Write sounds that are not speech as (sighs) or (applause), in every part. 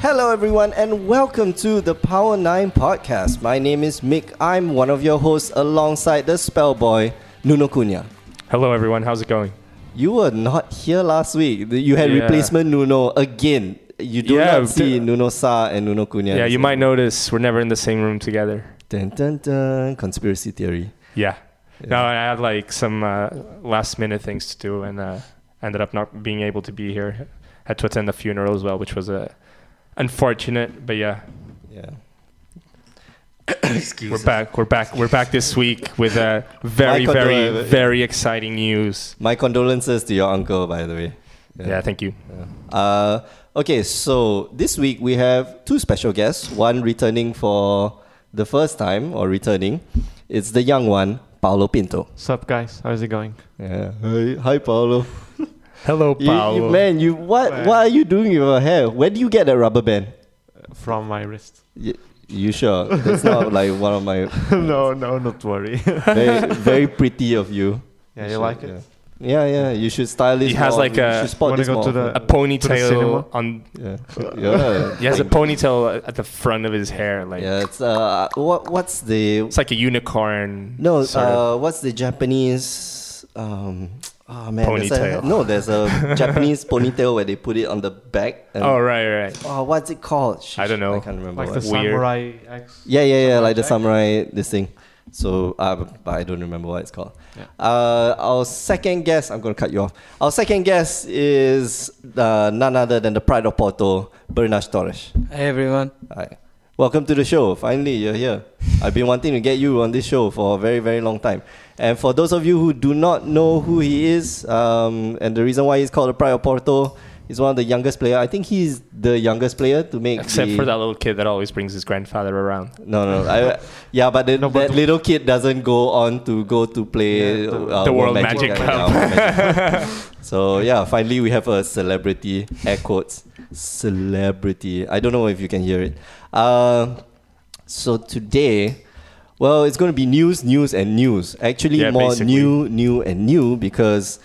Hello, everyone, and welcome to the Power 9 podcast. My name is Mick. I'm one of your hosts alongside the spellboy, Nuno Cunha. Hello, everyone. How's it going? You were not here last week. You had Yeah. replacement Nuno again. You do Yeah, not see d- Nuno Sa and Nuno Cunha. Yeah, in the you same- might notice we're never in the same room together. Dun, dun, dun. Conspiracy theory. Yeah. Yeah. No, I had like some uh, last minute things to do and uh, ended up not being able to be here. Had to attend the funeral as well, which was uh, unfortunate. But yeah, Yeah. we're back. We're back. We're back this week with uh, very, Michael very, Doyle. very exciting news. My condolences to your uncle, by the way. Yeah, thank you. Uh, okay, so this week we have two special guests. One returning for the first time or returning. It's the young one, Paolo Pinto. Sup guys, how's it going? Yeah. Hi, hi Paolo. Hello, You- you- man, you what? Man. What are you doing with your hair? Where do you get that rubber band? From my (laughs) wrist. You, you sure? That's (laughs) not like one of my no, no, not (laughs) worry. very very pretty of you. yeah, you like it? Yeah, yeah. You should style this. He has more like often. You a- should spot Wanna this go more to the- A often. ponytail cinema? on. yeah, (laughs) yeah. He has a ponytail at the front of his hair, like Yeah, it's uh, what what's the it's like a unicorn. no sort of. uh, what's the Japanese um oh man there's a- Ponytail. no, there's (laughs) a Japanese ponytail where they put it on the back. And, Oh right, right. oh, what's it called? Shit, I don't know. I can't remember. Like what the it's Weird. samurai X. Yeah, yeah, yeah, like the Samurai samurai, this thing. So, uh, but but I don't remember what it's called. Yeah. Uh, our second guest, I'm going to cut you off. Our second guest is uh, none other than the pride of Porto, Bernas Torres. Hey everyone. Hi. Welcome to the show. Finally, you're here. I've been wanting to get you on this show for a very, very long time. And for those of you who do not know who he is, um, and the reason why he's called the Pride of Porto, he's one of the youngest player. I think he's the youngest player to make. Except the- for that little kid that always brings his grandfather around. No, no. I, yeah, but, the, No, but that little kid doesn't go on to go to play Yeah, the- uh, The World Magic Cup. yeah, World (laughs) Magic Cup. so yeah, finally we have a celebrity. Air quotes. Celebrity. I don't know if you can hear it. Uh, so today, well, it's going to be news, news, and news. Actually, Yeah, more basically. new, new, and new because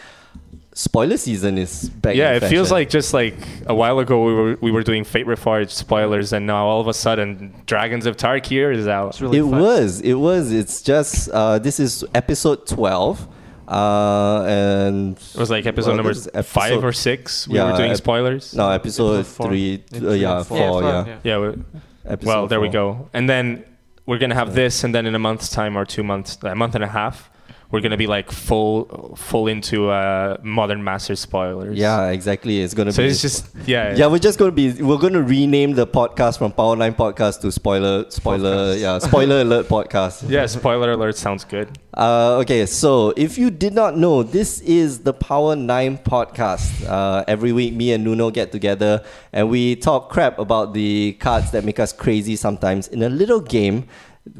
spoiler season is back. yeah, in it feels fashion. like just like a while ago we were we were doing Fate Reforged spoilers, and now all of a sudden Dragons of Tarkir is out. It's really it fun. was. It was. It's just uh, this is episode twelve, uh, and It was like episode well, number this is episode- five or six. We Yeah, were doing ep- spoilers. No, episode Episode four. three. Yeah, uh, three yeah, and four. four. Yeah. Yeah, four, yeah. Yeah. We, Episode well, there we four. go. And then we're gonna have Yeah. this, and then in a month's time or two months, a month and a half, we're gonna be like full full into uh, Modern Master spoilers. Yeah, exactly. It's gonna So be. it's just uh, yeah. yeah, we're just gonna be. We're gonna rename the podcast from Power Nine Podcast to Spoiler Spoiler. Podcast. Yeah, Spoiler Alert Podcast. Yeah, spoiler alert sounds good. Uh, okay, so if you did not know, this is the Power 9 podcast. Uh, every week, me and Nuno get together and we talk crap about the cards that make us crazy sometimes in a little game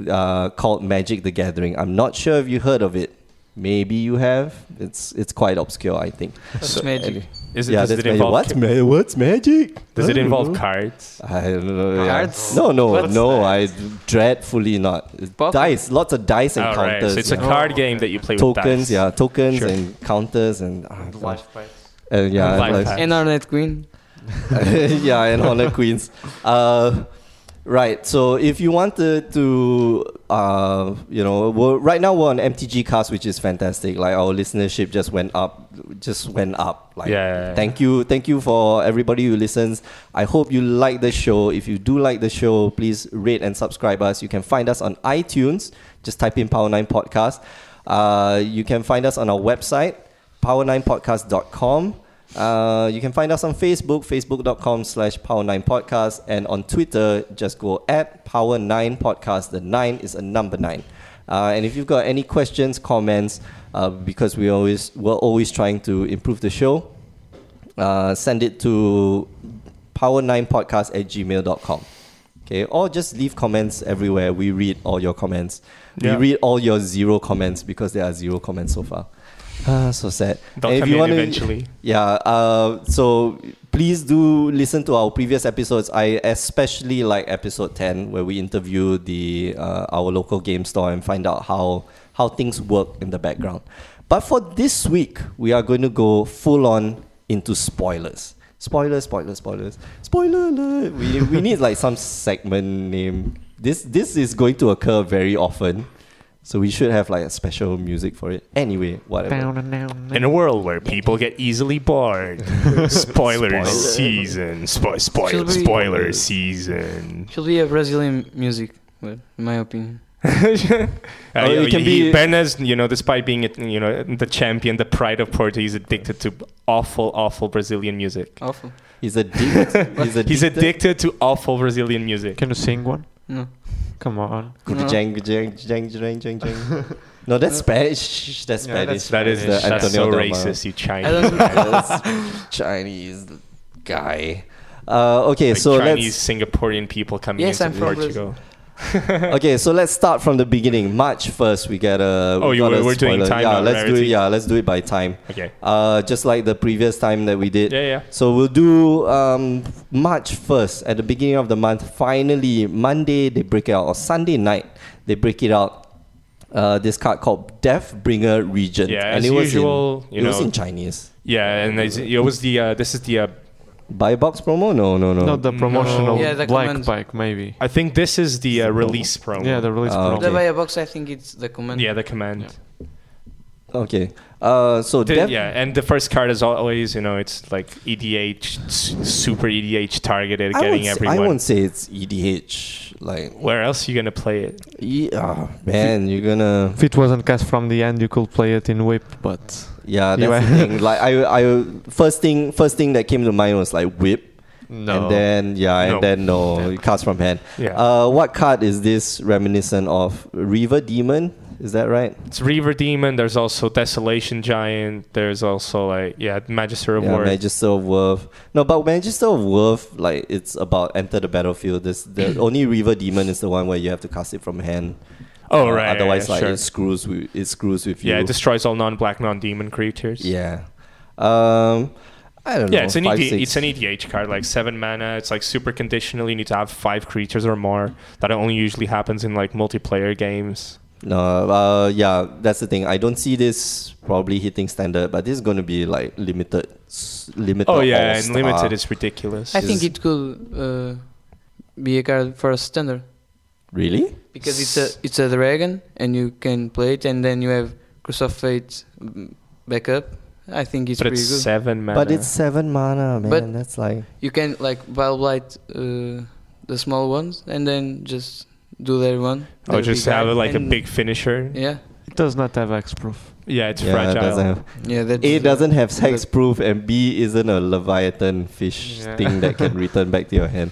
uh, called Magic the Gathering. I'm not sure if you heard of it. Maybe you have. It's it's quite obscure, I think. That's magic. Is it, yeah, does that's it magic. involve What's, ma- what's magic? Does I it don't involve know. cards? Mm-hmm. I don't know. yeah. Cards? No, no, What's no. that? I dreadfully not. Poker? Dice, lots of dice Oh, right. encounters. So it's a yeah card game that you play tokens, with dice. yeah, tokens Sure. and counters and ah, And life fights. and yeah, Life and hacks. And our net queen. like- (laughs) yeah, and honor queens. Uh, right. So if you wanted to, uh, you know, we're, right now we're on MTG Cast, which is fantastic. Like our listenership just went up, just went up. Like, Yeah. Thank you, thank you for everybody who listens. I hope you like the show. If you do like the show, please rate and subscribe us. You can find us on iTunes. Just type in Power Nine Podcast. Uh, you can find us on our website, power9podcast.com. Uh, you can find us on Facebook, facebook.com slash power9podcast. And on Twitter, just go at power9podcast. The nine is a number nine. Uh, and if you've got any questions, comments, uh, because we always, we're always trying to improve the show, uh, send it to power9podcast at gmail.com. Okay, or just leave comments everywhere. We read all your comments. Yeah. We read all your zero comments because there are zero comments so far. Ah, so sad. They'll And come in wanna- eventually. Yeah. Uh, so please do listen to our previous episodes. I especially like episode ten where we interview the uh, our local game store and find out how how things work in the background. But for this week, we are going to go full on into spoilers. Spoiler, spoiler, spoilers. Spoiler alert. We, we need like some segment name. This this is going to occur very often. So we should have like a special music for it. Anyway, whatever. In a world where people get (laughs) easily bored, spoiler season, spo- spoil, Should we- (laughs) spoiler season. Should be a Brazilian music, but in my opinion. uh, Oh, you it can be- he- Bernes, you know, despite being you know the champion, the pride of Porto, he's addicted to awful, awful Brazilian music. Awful. He's addicted. He's Oh, addicted. He's addicted to awful Brazilian music. Can you sing one? No. Come on. No. Jang, jang, jang, jang, jang, jang. No, that's Spanish. That's Yeah, that's Spanish. That is the that's so Antonio Delma. racist, you I Chinese. (laughs) (laughs) don't. That's Chinese guy. Uh, okay, Like so Chinese let's Singaporean people coming Yes, into I'm from Portugal. (laughs) okay, so let's start from the beginning. March first, we get a. Oh, we you got were- a we're doing spoiler. time, Yeah, not let's do it. rarity. Yeah, let's do it by time. Okay. Uh, just like the previous time that we did. Yeah, yeah. So we'll do um, March first at the beginning of the month. Finally, Monday they break it out, or Sunday night they break it out. Uh, this card called Deathbringer Regent. Yeah, and as it was usual, in, you it was know. in Chinese. Yeah, and it's- it was the uh, this is the uh, Buy a box promo? No, no, no. Not the No. promotional Yeah, the black comments. bike, maybe. I think this is the uh, release promo. Yeah, the release Ah, promo. okay. The buy a box, I think it's the command. yeah the command. Yeah. Okay. Uh, so The- Death. yeah, and the first card is always, you know, it's like EDH, s- super EDH I targeted, won't, getting s- everyone. I won't say it's EDH. Like, Where else you gonna play it? yeah, man, you're gonna. If it wasn't cast from the end, you could play it in whip, but Yeah, You that's the are- thing. Like, I, I, first thing, first thing that came to mind was like whip, no. and then yeah, and No. then no, it cards from hand. Yeah, Uh, what card is this reminiscent of? River Demon, is that right? it's Reaver Demon. There's also Desolation Giant. There's also like yeah, Magister of Yeah, War. Magister of Worth. No, but Magister of Worth, like it's about enter the battlefield. This (clears throat) the only River Demon is the one where you have to cast it from hand. oh Uh, right, right, Otherwise, right, like sure. it screws with it screws with yeah, you. it destroys all non-black, non-demon creatures. Yeah. Um, I don't know. Yeah, it's an, five, ED- six. it's an EDH card, like seven mana. It's like super conditional. You need to have five creatures or more. That only usually happens in like multiplayer games. No, uh, yeah, that's the thing. I don't see this probably hitting standard, but this is going to be like limited, s- limited. Oh yeah, and all-star. limited is ridiculous. I think Is- it could uh, be a card for a standard really because it's a it's a dragon and you can play it and then you have Curse of Fate mm, backup. I think it's but pretty it's good. seven mana. but it's seven mana, man. But- that's like You can like Vile Blight uh, the small ones and then just do their one. Oh, the just big have guy, like a and- big finisher. Yeah, Yeah, It does not have X proof. it's yeah, it fragile. doesn't have, yeah. That A doesn't have that- hex proof, and B isn't a leviathan fish Yeah. thing that can return back to your hand.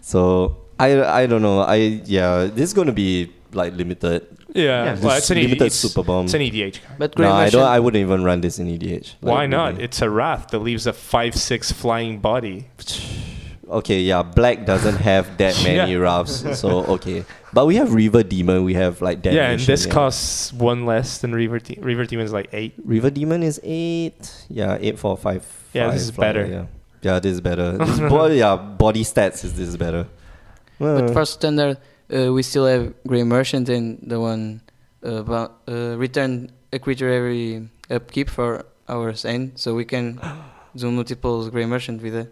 So I I don't know. I yeah, this is going to be like limited. yeah, Yeah, well, this it's an, ED- limited it's, super bomb. it's an E EDH card. But great No, I version. don't. I wouldn't even run this in EDH. Like, Why not? really. It's a wrath that leaves a five-six flying body. (sighs) Okay, yeah, black doesn't have (laughs) that many Yeah. roughs, so okay. But we have River Demon, we have like that. yeah, and this costs one less than River. De- River Demon is like eight. River Demon is eight. Yeah, eight, four, five. Yeah, five, this is flyer, better. Yeah, yeah, this is (laughs) better. This body, yeah, body stats is this is better. Uh, But for standard, uh, we still have Grey Merchant and the one uh, bo- uh, return a creature every upkeep for our end, so we (gasps) can do multiples Grey Merchant with it.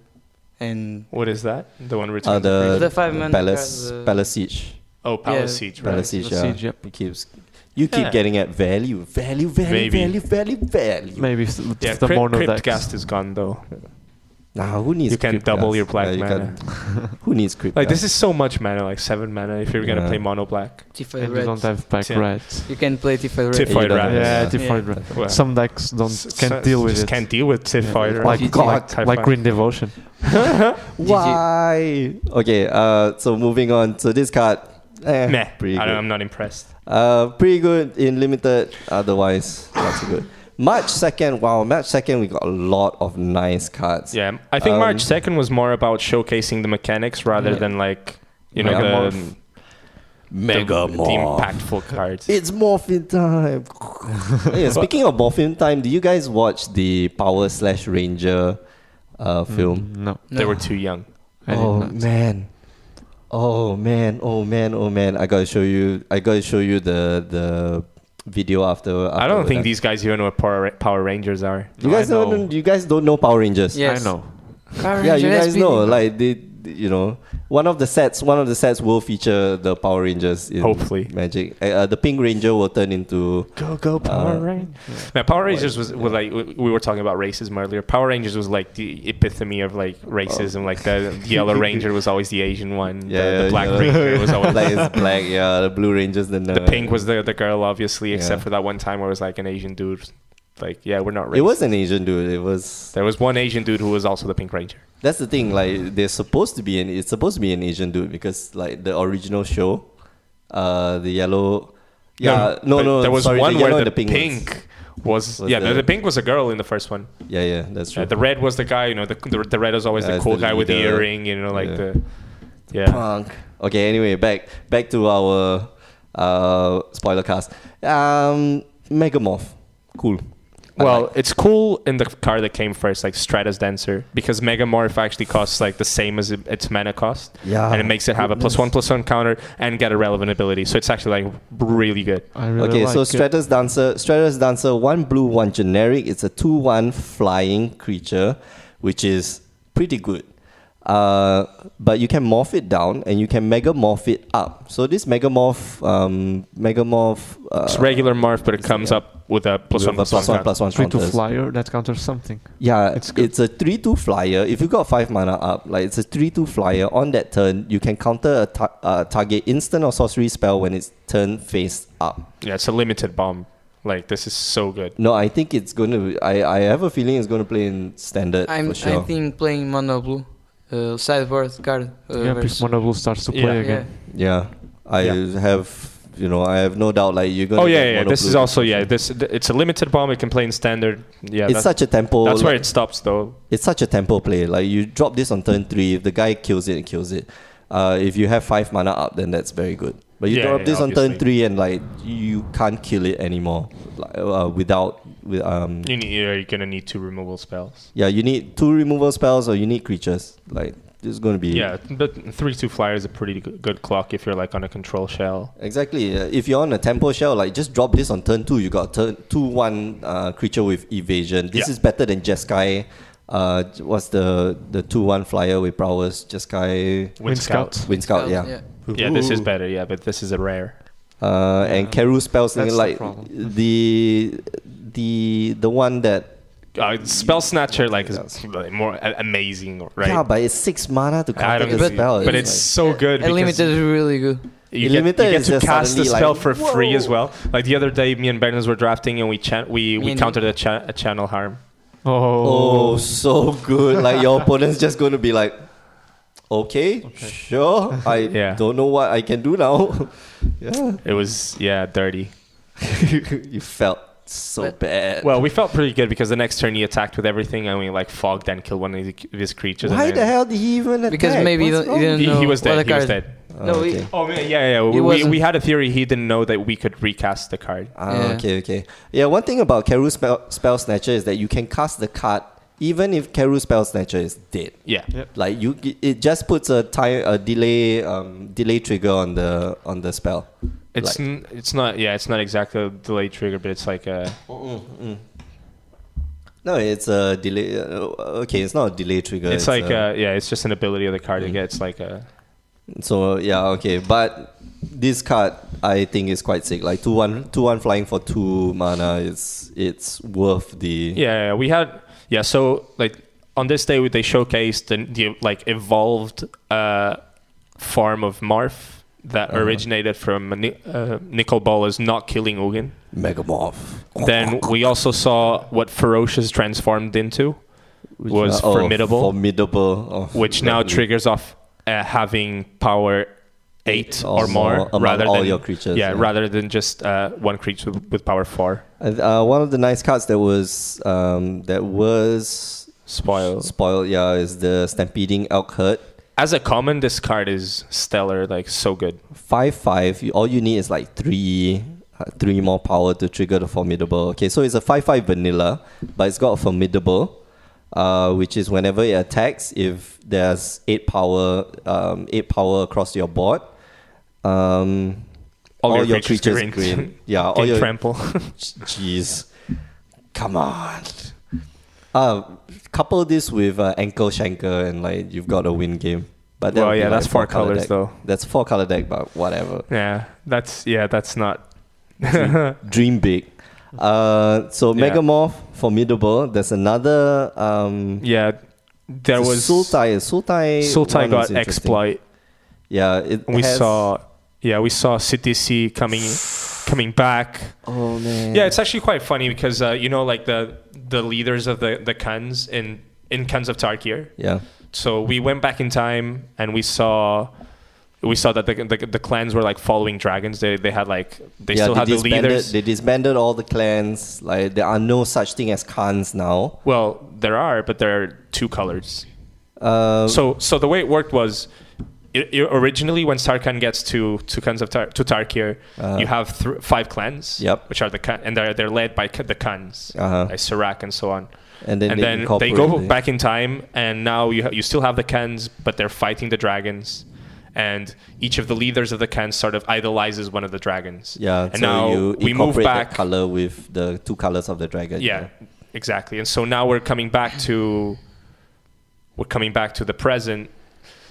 And What is that? The one uh, returns. the, The five man palace, card, uh, palace siege, oh, yeah, Palace Siege, right? palace siege. The Yeah, siege, yep. it keeps. You keep Yeah. getting at value, value, value, Maybe. value, value, value. Maybe it's, it's Yeah, the Crypt, mono Crypt decks. Cast is gone though. Nah, who needs? You can Crypt double Gas? your black Yeah, you mana. can- (laughs) who needs crypt? Like Gas? this is so much mana, like seven mana. If you're gonna Yeah. play mono black, if And you don't have back Yeah. rats. you can play Tifa Tifa Red. Tifoid you don't rat. have- Yeah, yeah. Tifoid Yeah. rat. Well, Some decks don't s- can't s- deal with just it. Can't deal with Tifoid. Like right? Like, like, Typhon. like Green Devotion. Why? Okay, uh, so moving on. So this card, eh, (laughs) Meh. pretty I don't, good. I'm not impressed. Uh, pretty good in limited. Otherwise, not so good. March second. Wow, March second. We got a lot of nice cards. Yeah, I think Um, March second was more about showcasing the mechanics rather Yeah. than like you know Megamorph. the, Mega the, the Morph. impactful cards. It's morphin (laughs) time. yeah, speaking of morphin time, do you guys watch the Power Slash Ranger uh, film? Mm, no. They were too young. I did oh not. man. Oh man, oh man, oh man. I gotta show you I gotta show you the the video after, I don't after think that. these guys even know what Power, Ra- Power Rangers are. You guys I know. don't you guys don't know Power Rangers. Yeah. Yes. I know. Power yeah, you Ranger guys SPD. know, like they, they- you know, one of the sets, one of the sets will feature the Power Rangers in Hopefully. Magic. Uh, uh, the Pink Ranger will turn into uh, Go go Power Rangers! Man, Power What- Rangers was, was yeah. like we- we were talking about racism earlier. Power Rangers was like the epitome of like racism. Like the, (laughs) the Yellow Ranger was always the Asian one. the, the Black you know, Ranger was (laughs) always like (laughs) it's black. Yeah, the Blue Rangers the the pink was the the girl, obviously, except uh, Yeah. for that one time where it was like an Asian dude. Like yeah, we're not racist. It was an Asian dude. It was There was one Asian dude who was also the Pink Ranger. that's the thing. Like they're supposed to be an it's supposed to be an Asian dude because like the original show, uh, the yellow. Yeah, no, no. but There was sorry, one the where yellow and the, the pink. pink, ones. was, Was yeah. The, the- the pink was a girl in the first one. Yeah, yeah, that's true. Uh, the red was the guy. You know, the the, the red is always Yeah, the it's cool the guy with the leader. earring. You know, like Yeah. the yeah. Punk. Okay, anyway, back back to our uh, spoiler cast. Um, Megamorph, cool. I Well, like- it's cool in the car that came first, like Stratus Dancer, because Megamorph actually costs like the same as it- its mana cost, yeah, and it makes it have a plus one plus one counter and get a relevant ability. So it's actually like really good. I really okay, like so uh, it. Stratus Dancer, Stratus Dancer, one blue, one generic. It's a two-one flying creature, which is pretty good. Uh, but you can morph it down, and you can megamorph it up. So this megamorph, um, megamorph, uh, It's regular morph, but it it's- comes yeah. up with a plus with one a plus plus one. one, counter. plus one three to counters. flyer that counters something. Uh, Yeah, It's it's, good. a 3 2 flyer. If you got 5 mana up, like it's a 3 2 flyer on that turn, you can counter a ta- uh, target instant or sorcery spell when it's turn face up. Yeah, it's a limited bomb. Like this is so good. No, I think it's going to. I, I have a feeling it's going to play in standard I'm for sure. I think playing mono blue, uh, sideboard card. Uh, yeah, versus- Pokemon Blue starts to play Yeah. again. yeah, I have. You know, I have no doubt. Like you're going. Oh yeah, yeah. yeah. This is also yeah. This th- it's a limited bomb. It can play in standard. Yeah, it's that's, such a tempo. that's where like- Mm. it stops though. it's such a tempo play. Like you drop this on turn three, if the guy kills it, it kills it. Uh, if you have five mana up, then that's very good. But you Yeah, drop yeah, this on obviously. turn three, and like you can't kill it anymore like, uh, without with um. You need, you're gonna need two removal spells. yeah, you need two removal spells or you need creatures. Like this is going to be Yeah, but three two flyer is a pretty good, good clock if you're like on a control shell. Exactly. Uh, If you're on a tempo shell, like just drop this on turn two. You got turn two one uh, creature with evasion. This Yeah. is better than Jeskai. Uh, j- what's the the two one flyer with prowess? Jeskai Wind scout. Wind Scout. Scout, Oh, Yeah. Yeah, this is Ooh. better. Yeah, but this is a rare. Uh, and Yeah. Keru spells That's the like problem. the the the one that Uh, spell snatcher like is Yes. like, more a- amazing, right? yeah, but it's six mana to I counter don't the but, spell. but it's so good. Uh, Unlimited because is really good. You get, you Unlimited get is to just cast the suddenly spell like, for free as whoa. well. Like the other day, me and Bernards were drafting and we chan we, Me we and- countered a, cha- a channel harm. oh so good. Like your opponent's just going to be like, okay, sure. I (laughs) Yeah. don't know what I can do now. (laughs) yeah, It was yeah dirty. you felt so But- bad. Well, we felt pretty good because the next turn he attacked with everything, and we like fogged and killed one of his- of his creatures. and why the then- hell did he even attack? Because maybe you What's don't- you wrong? didn't- He, he No, was what dead. a He was card. dead. Oh, no, we- okay. Oh man, yeah, yeah. We, we, wasn't- we had a theory. He didn't know that we could recast the card. Ah, Yeah. okay, okay. Yeah, one thing about Keru spell, spell Snatcher is that you can cast the card even if Keru Spell Snatcher is dead. Yeah. Like you, it just puts a time a delay um, delay trigger on the on the spell. It's Like- n- it's not yeah it's not exactly a delay trigger, but it's like a mm. no, it's a delay. uh, Okay, it's not a delay trigger. it's, like a, yeah it's just an ability of the card. It gets like a so yeah okay, but this card I think is quite sick. Like two one two one flying for two mana. It's it's worth the yeah, yeah, we had yeah so like on this day they showcased the, the like evolved uh form of Marth that Uh-huh. originated from Ni- uh, Nicol Bolas not killing Ugin. megamorph. Then we also saw what Ferocious transformed into, Which was oh, formidable. Formidable. Oh, which now lovely. triggers off uh, having power eight or, more, among rather all than your creatures. yeah, rather than just uh, one creature with, with power four. Uh, one of the nice cards that was um, that was uh, Spoil. spoiled. Yeah, is the stampeding elk herd. As a common, this card is stellar, like so good. Five five. You, all you need is like three, uh, three more power to trigger the formidable. Okay, so it's a five five vanilla, but it's got formidable, uh, which is whenever it attacks, if there's eight power, um, eight power across your board, um, All your creatures green. Oh, (laughs) Yeah, all Gain your trample. Jeez. Come on. Uh, couple this with uh, ankle shanker and like you've got a win game. But that well, would be, yeah, like, that's four colors deck. though. That's four color deck, but whatever. Yeah, that's yeah, that's (laughs) not. Dream big. Uh, so Yeah. Megamorph formidable. There's another. Um, yeah, there the was Sultai. Sultai. Sultai one got is interesting. exploit. Yeah, it We has- saw, yeah, we saw CTC coming, coming back. Oh man. Yeah, it's actually quite funny because uh, you know, like the the leaders of the the Khans in in Khans of Tarkir. yeah. So we went back in time and we saw. We saw that the, the, the clans were like following dragons. They they had like they yeah, still had the disbanded, leaders. They disbanded all the clans. Like there are no such thing as khans now. well, there are, but there are two colors. Uh, So so the way it worked was i i originally when Sarkhan gets to to clans of Tar- to Tarkir, Uh. you have th- five clans, Yep. which are the Khan, and they're they're led by K- the Khans, Uh-huh. like Serac and so on. and then and they, then they incorporated go it. back in time, and now you ha- you still have the Khans, but they're fighting the dragons. And each of the leaders of the Khans sort of idolizes one of the dragons. Yeah, and so now you we move incorporate back. that color with the two colors of the dragon. yeah, exactly and so now we're coming back to we're coming back to the present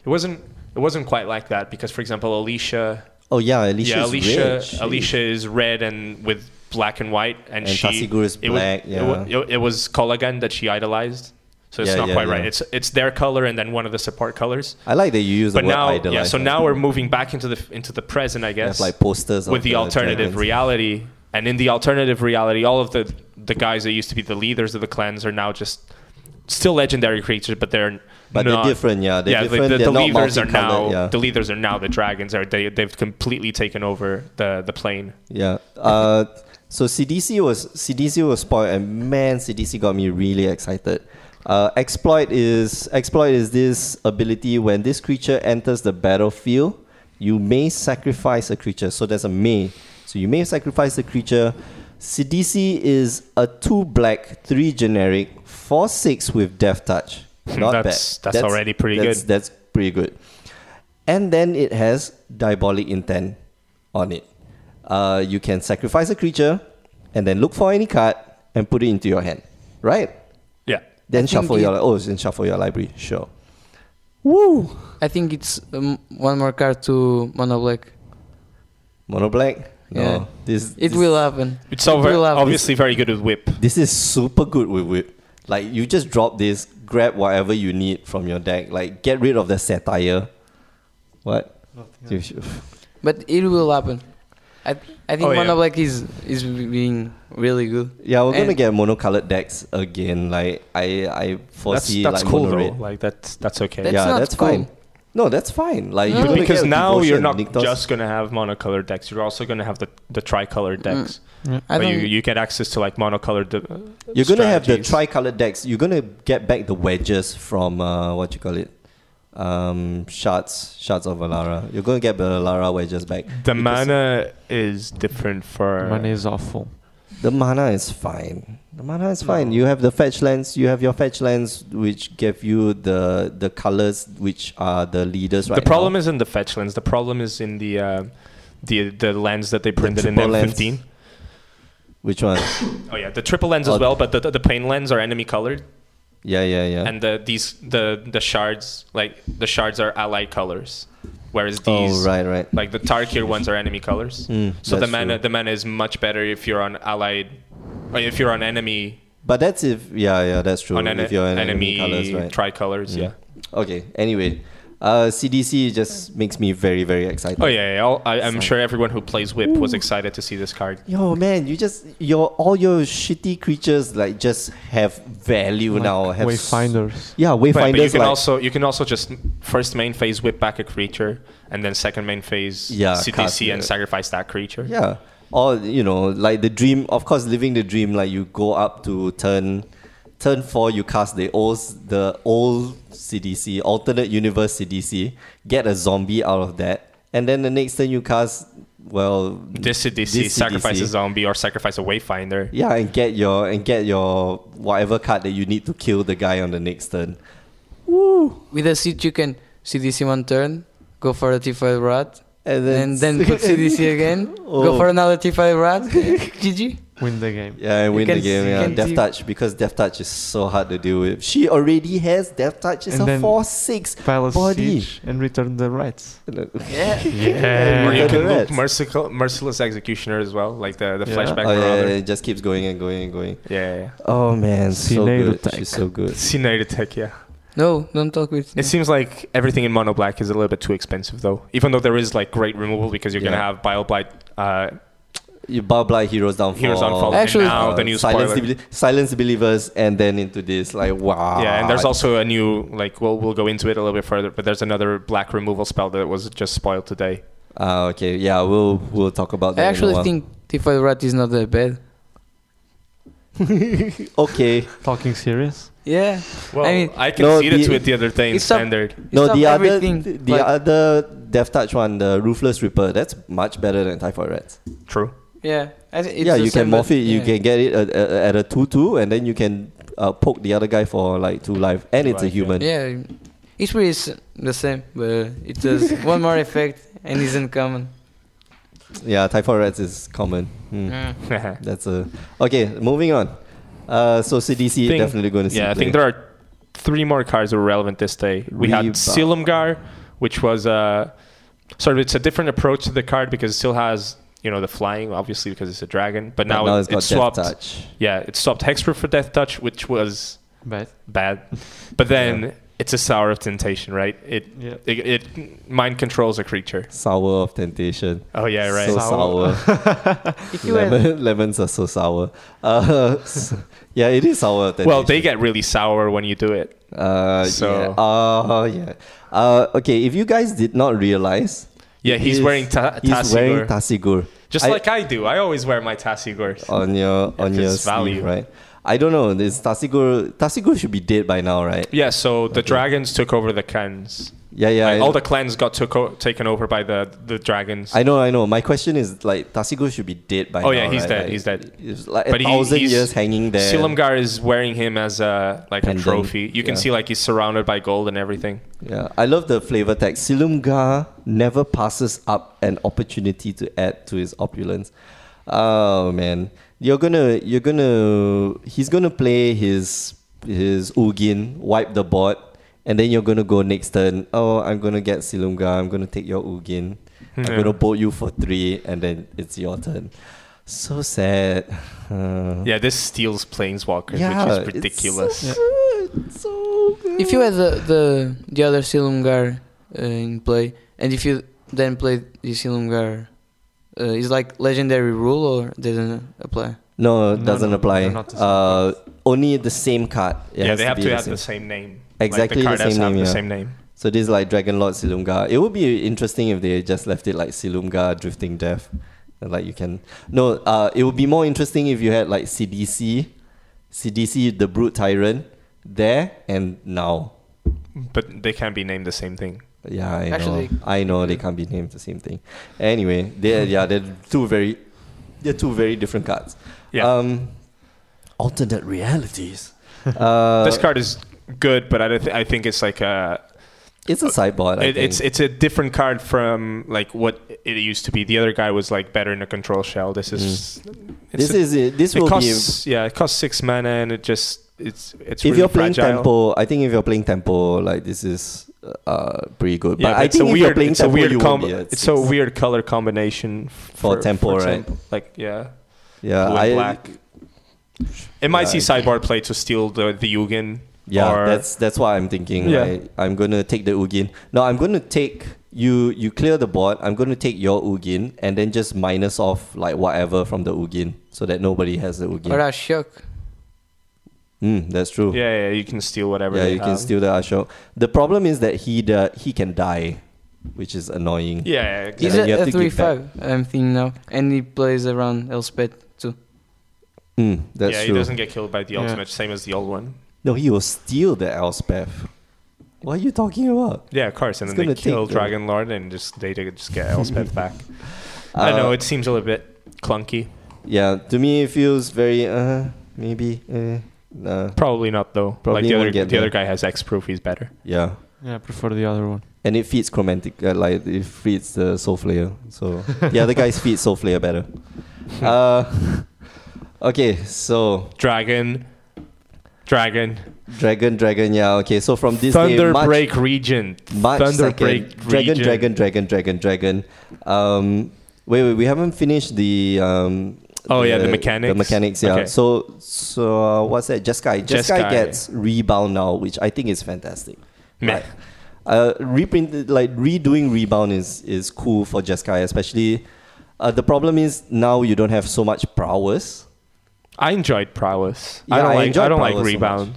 it wasn't it wasn't quite like that because for example alicia Oh yeah, Alicia. yeah is alicia rich. alicia is red and with black and white and, And she Tasigur is it was- black, it wa- it, it was Colagan that she idolized so it's Yeah, not yeah, quite right yeah. it's it's their color and then one of the support colors I like that you use but the word now idolize. yeah so right? now we're moving back into the into the present i They guess have like posters of with the, alternative dragons. reality. And in the alternative reality, all of the the guys that used to be the leaders of the clans are now just still legendary creatures, but they're But not, they're different. Yeah, they're yeah, the- different. the, the, they're not leaders are now multicolored, Yeah. the leaders are now the dragons. Are they? They've completely taken over the the plane. Yeah. Uh, so CDC was CDC was spoiled, and man, CDC got me really excited. Uh, exploit is exploit is this ability when this creature enters the battlefield, you may sacrifice a creature. So there's a may. So you may sacrifice a creature. CDC is a two black, three generic, four six with death touch. Not bad. That's- that's already pretty that's- good. That's pretty good and then it has diabolic intent on it. Uh, you can sacrifice a creature and then look for any card and put it into your hand, right? Yeah, Then I think shuffle it- your oh, then shuffle your library. Sure. Woo! I think it's um, one more card to mono black. Mono black. No, Yeah. this It this, will uh, happen. it's so It ver- will happen. obviously very good with whip. This is super good with whip. Like you just drop this, grab whatever you need from your deck. Like get rid of the satire. What? You should- But it will happen. I I think Oh, yeah. mono black is is being really good. Yeah, we're gonna And- get monocolored decks again. Like I, I That's foresee that's like cool mono though. red. Like that's that's okay. That's yeah, not that's cool. fine. No, that's fine. Like No. you're gonna because get now you're Devotion, not Nyctos. just gonna have monocolored decks. You're also gonna have the the tricolored decks. I but don't. you you get access to like monocolored. de- you're gonna have the strategies. tricolored decks. You're gonna get back the wedges from uh, what you call it, um, shards, shards of Valara. You're gonna get the Valara wedges back. The because- mana is different for Money is awful. The mana is fine. The mana is fine. You have the fetch lands. You have your fetch lands, which give you the the colors, which are the leaders. Right. the problem now. isn't the fetch lands. The problem is in the uh, the the lands that they The printed in triple M15. lands. which one? Oh yeah, the triple lands Oh. as well, but the, the the plain lands are enemy colored, Yeah, yeah, yeah. and the these the the shards like the shards are allied colors, whereas these oh, right, right. like (laughs) the Tarkir ones are enemy colors. Mm, so the that's mana true. the mana is much better if you're on allied, or if you're on enemy But that's if yeah, yeah, that's true. on en- if you're an enemy, enemy, colors, right? tricolors, Mm. yeah. Okay. Anyway, uh, CDC just makes me very, very excited. Oh yeah, yeah. I'll- I, I'm sure everyone who plays Whip was excited to see this card. Yo, man, you just your all your shitty creatures like just have value now. Have s- Wayfinders. yeah, wayfinders. Right, but you can like, also you can also just first main phase whip back a creature, and then second main phase Yeah, CTC cast and it. sacrifice that creature. yeah, or you know, like the dream. Of course, living the dream. Like you go up to turn, turn four. You cast the old, the old CDC, alternate universe CDC. Get a zombie out of that, and then the next turn you cast. Well, This CTC This sacrifice a CTC. zombie or sacrifice a wayfinder. Yeah, and get your and get your whatever card that you need to kill the guy on the next turn. With a seed, you can CDC one turn, go for a T5 rat, And (laughs) and then put CDC again, Oh. (laughs) go for another T5 rat. GG. Win the game. Yeah, and You win can the game. see- Yeah, can Death see- Touch because Death Touch is so hard to deal with. She already has Death Touch. It's And a then- four six. Palace Body. siege and return the rights. Yeah. (laughs) Yeah. Or Yeah, you the can loop reds. merciful, merciless executioner as well, like the the Yeah. flashback Oh yeah, brother. it just keeps going and going and going. Yeah, yeah. Oh man, so Sinead good. attack. She's so good. Scenario tech, yeah. No, don't talk with. It seems like everything in mono black is a little bit too expensive though. Even though there is like great removal because you're gonna Yeah. have bio blight. Uh, You Bob Blight, Heroes Downfall. Heroes Downfall, and Actually- now the new Oh. Silence, spoiler. Beli- Silence Believers, and then into this like wow. yeah, and there's also a new like. Well, we'll go into it a little bit further, but there's another black removal spell that was just spoiled today. Ah, okay, yeah, we'll we'll talk about I that. in a actually while. think Tifoid Rat is not that bad. okay. Talking serious. Yeah. Well, I, I mean- No, conceded the- to it the other day in it's some- standard. No, It's not the other everything, the but- other Death Touch one, the Ruthless Ripper, that's much better than Typhoid Rats. (laughs) True. Yeah. I thi- it's yeah, the you can same, but- morph it. You yeah. can get it at, at- at a two-two, and then you can uh, poke the other guy for like two life, and Two it's a life, yeah. human. Yeah. It's pretty s- the same, but it (laughs) does one more effect and isn't common. Yeah, typhoid rats is common. Hmm. Mm. yeah, That's a okay. Moving on. Uh, so CDC Think- definitely going to see. I think there are three more cards that were relevant this day. We had Rebound. Silumgar, which was uh, sort of it's a different approach to the card because it still has you know the flying obviously because it's a dragon, but now, it, it's got it swapped. death touch. Yeah, it swapped Hexproof for Death Touch, which was Bad. (laughs) bad. But then Yeah. it's a Sour of Temptation, right? It, Yeah. it it mind controls a creature. Sour of temptation. Oh yeah, right. So sour. Sour. (laughs) If you had, Lemon, lemons are so sour. Uh, (laughs) s- yeah, it is sour. Of temptation. well, they get really sour when you do it. Uh, So- yeah. Uh, yeah. Uh, okay, if you guys did not realize. Yeah, it he's is- wearing ta- He's wearing Tasigur. tasigur. Just I- Oh, like I do. I always wear my Tassigors. on your Yeah, on your 'cause it's sleeve, value. right? I don't know. This Tasigur Tasigur should be dead by now, right? Yeah, so the Okay. dragons took over the clans. Yeah, yeah. Like, I, all the clans got took o- taken over by the, the dragons. I know, I know. My question is like Tasigur should be dead by now. Oh, yeah, he's right? dead, Like, he's dead. It's like But a he- thousand he's- years hanging there. Silumgar is wearing him as a like Pendant, a trophy. You can yeah. see like he's surrounded by gold and everything. Yeah, I love the flavor text. Silumgar never passes up an opportunity to add to his opulence. Oh man, you're gonna you're gonna he's gonna play his his Ugin, wipe the board, and then you're gonna go next turn. Oh, I'm gonna get Silumgar. I'm gonna take your Ugin. I'm Yeah. gonna bolt you for three, and then it's your turn. So sad. (laughs) Uh, Yeah, this steals planeswalkers, yeah, which is It's ridiculous. so good. So good. if you had the the, the other Silumgar uh, in play, and if you then played the Silumgar, uh, is like legendary rule or doesn't apply? No, it No, doesn't no, apply. they're not the same uh, only the same card. It Yeah, has they have be to, the have same. the same name. Exactly the like the card has same to have name, the yeah. same name. So this is like Dragon Lord Silumgar. It would be interesting if they just left it like Silumgar Drifting Death. And, Like you can no. Uh, it would be more interesting if you had like CDC, CDC the Brute Tyrant there and now. But they can't be named the same thing. Yeah, I know. Actually- I know they can't be named the same thing. Anyway, they yeah they're two very, they're two very different cards. Yeah. Um, alternate realities. (laughs) uh, this card is good, but I, don't thi- I think it's like a It's a sideboard. I it, think. it's it's a different card from like what it used to be. The other guy was like better in a control shell. This is it's Mm. this a- is it. This it will costs yeah, it costs six mana and it just it's it's be. If really you're playing fragile. tempo, I think if you're playing tempo, like this is uh, pretty good. yeah, but I it's think a if weird you're playing it's tempo, a weird you com- will be at it's a six. weird color combination f- For tempo, right? tempo. Like yeah, Yeah, blue and I, black. It Yeah, might see I- sideboard play to steal the the Yugen. yeah, or, that's that's what I'm thinking. Yeah. Right? I'm gonna take the Ugin. No, I'm gonna take you. You clear the board. I'm gonna take your Ugin and then just minus off like whatever from the Ugin so that nobody has the Ugin. Or a shock? Mm, that's true. yeah, yeah, you can steal whatever. Yeah, they you can have. steal the Ashok. The problem is that he the, he can die, which is annoying. Yeah, yeah, Yeah, He's exactly. then you a, have to a three give back. five. I'm thinking now, and he plays around Elspeth too. Mm, that's yeah, true. he doesn't get killed by the Yeah. ultimate, same as the old one. No, he will steal the Elspeth. What are you talking about? Yeah, of course. And It's then they gonna take kill the- Dragon Lord and just they take- just get (laughs) Elspeth back. I know Uh, it seems a little bit clunky. Yeah, to me it feels very uh maybe uh nah. Probably not though. Probably like the won't other get the other there. guy has X proof. He's better. yeah, Yeah, I prefer the other one. and it feeds chromatic uh, like it feeds the soul flayer. So the other guys feed soul flayer better. Uh, (laughs) Okay, so Dragon, Dragon, Dragon, Dragon, yeah. Okay, so from this day, Thunder March, Break Region, March Thunder 2nd, Break Dragon, Region. Dragon, Dragon, Dragon, Dragon. Um, wait, wait, we haven't finished the. Um, Oh, yeah, the mechanics. The mechanics, yeah. Okay. So, so uh, what's that? Jeskai. Jeskai Jeskai. gets rebound now, which I think is fantastic. Meh. Like, uh, reprinted, like redoing rebound is is cool for Jeskai, especially. Uh, the problem is now you don't have so much prowess. I enjoyed prowess. I Yeah, don't I like. enjoyed I don't like prowess so rebound.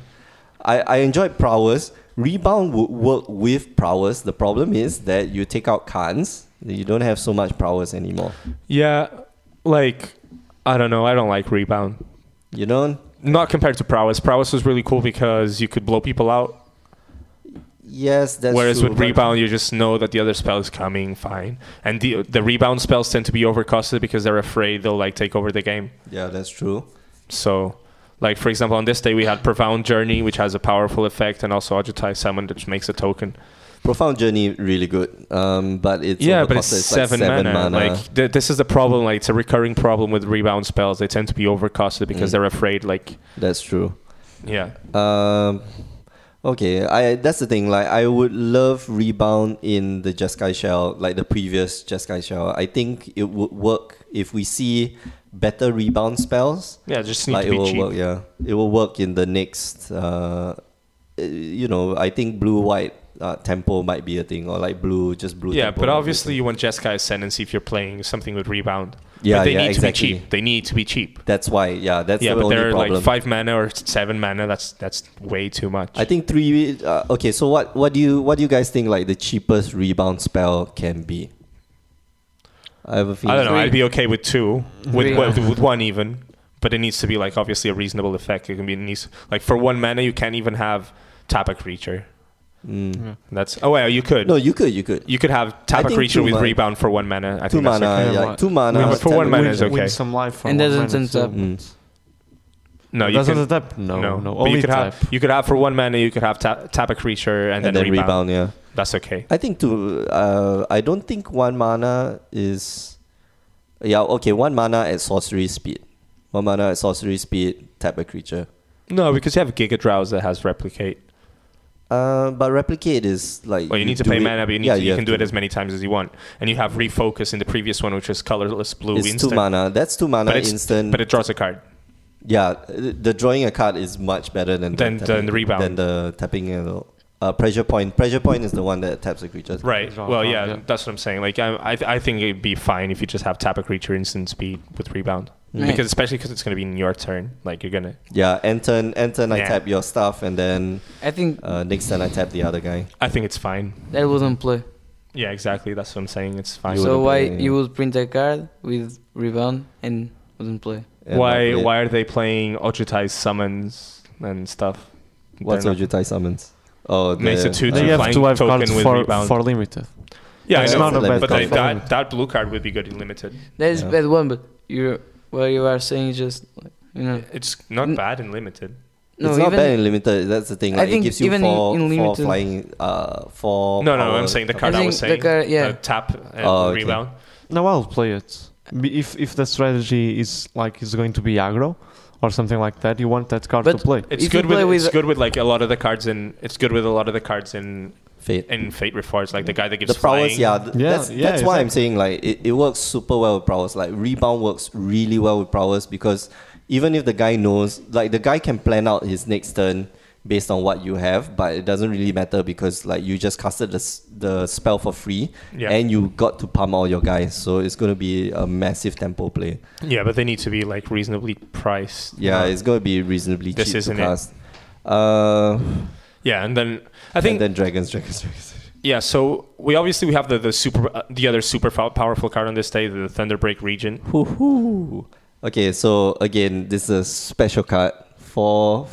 I, I enjoyed prowess. Rebound would work with prowess. The problem is that you take out cons, then you don't have so much prowess anymore. yeah, like I don't know. I don't like rebound. You know? Not compared to prowess. Prowess was really cool because you could blow people out. Yes, that's whereas true, with but- rebound, you just know that the other spell is coming. Fine, and the the rebound spells tend to be overcosted because they're afraid they'll like take over the game. Yeah, that's true. So, like for example, on this day we had Profound Journey, which has a powerful effect, and also Ajutai Summon, which makes a token. Profound Journey really good. Um but it's yeah, overcosted. but it's seven, like seven mana. Like th- this is the problem. Like it's a recurring problem with rebound spells. They tend to be overcosted because Mm. they're afraid. Like that's true. yeah, Um Okay, I that's the thing. Like, I would love rebound in the Jeskai shell, like the previous Jeskai shell. I think it would work if we see better rebound spells. yeah, it just need like to it be will cheap. work yeah it will work in the next uh uh, you know i think blue white uh, tempo might be a thing or like blue just blue Yeah, tempo but might be a obviously thing. you want Jeskai Ascendancy if you're playing something with rebound. yeah but they yeah, need exactly. to be cheap. They need to be cheap. that's why yeah that's yeah, the but only they're problem like five mana or seven mana. That's that's way too much. i think three uh, okay so what what do you what do you guys think like the cheapest rebound spell can be i have a feeling I don't know. Three. I'd be okay with two, with, Three. with with one even, but it needs to be like obviously a reasonable effect. It can be it needs like for one mana you can't even have tap a creature. Mm. Yeah. That's oh well you could no you could you could you could have tap I a think creature two with mana- rebound for one mana. I two think that's mana okay. okay. yeah Like- two mana Yeah, but for ten one mana mana. is Win- win okay. some life for And one doesn't mana, so- untap. Mm. No, you doesn't can. untap? No, no. No, But Only you could type. have you could have for one mana you could have tap, tap a creature and, and, then, rebound. rebound yeah That's okay. I think to uh, I don't think one mana is yeah okay one mana at sorcery speed one mana at sorcery speed tap a creature No, because you have Giga Drowse that has replicate. uh, but replicate is like Well, you need to do pay it- mana, but you, need yeah, to, you, have can do to. it as many times as you want. And you have refocus in the previous one, which was colorless blue it's instant. two mana that's two mana But it's- instant But it draws a card. yeah the the drawing a card is much better than Than- the, than tapping- the rebound. than the tapping uh, uh, pressure point pressure point is the one that taps the creature Right. Draw a Well, card, yeah, yeah. that's what I'm saying. Like, I, I, th- I think it'd be fine if you just have tap a creature instant speed with rebound, Hmm. Mm. because especially because it's going to be in your turn. Like, you're gonna. yeah end turn end turn I Yeah. tap your stuff and then I think uh, next turn I tap the other guy I think it's fine. that wouldn't play. Yeah, exactly. That's what I'm saying. It's fine. You so wouldn't why play, you yeah. would print a card with rebound and wouldn't play? And why, I'll play- why are they playing Ojutai summons and stuff? What's They're not- Ojutai summons? Oh, the, Makes it two, They two. yeah. have flying two life token cards with for, rebound. for limited. Yeah, I It's know. not a bad but they, card. that that blue card would be good in limited. That is Yeah. bad one, but you well you are saying just like, you know It's not Mm. bad in limited. no it's even not bad in limited. That's the thing. I Like, think it gives you even in- four, in four limited- flying, uh, four. No, no, power- I'm saying the I card I, think was the saying. card- yeah. uh, tap and Oh, okay. rebound. No, I'll play it. B- If if the strategy is like is going to be aggro or something like that, you want that card But- to play. It's If you good with, play with- it's good with like a lot of the cards in it's good with a lot of the cards in Fate. in Fate Reforged, like the guy that gives The prowess, flying. yeah, th- Yeah, that's, yeah, that's why I'm exactly. saying like it, it works super well with prowess. Like rebound works really well with prowess because even if the guy knows, like the guy can plan out his next turn based on what you have, but it doesn't really matter because like you just casted the s- the spell for free Yeah. and you got to pump all your guys, so it's gonna be a massive tempo play. Yeah, but they need to be like reasonably priced. Yeah, Uh, it's gonna be reasonably This cheap isn't to it. cast. Uh, yeah, and then I and think then dragons, dragons, (laughs) dragons. yeah. So we obviously we have the the super uh, the other super fo- powerful card on this day, the Thunderbreak Regent. Woohoo! Okay, so again, this is a special card four,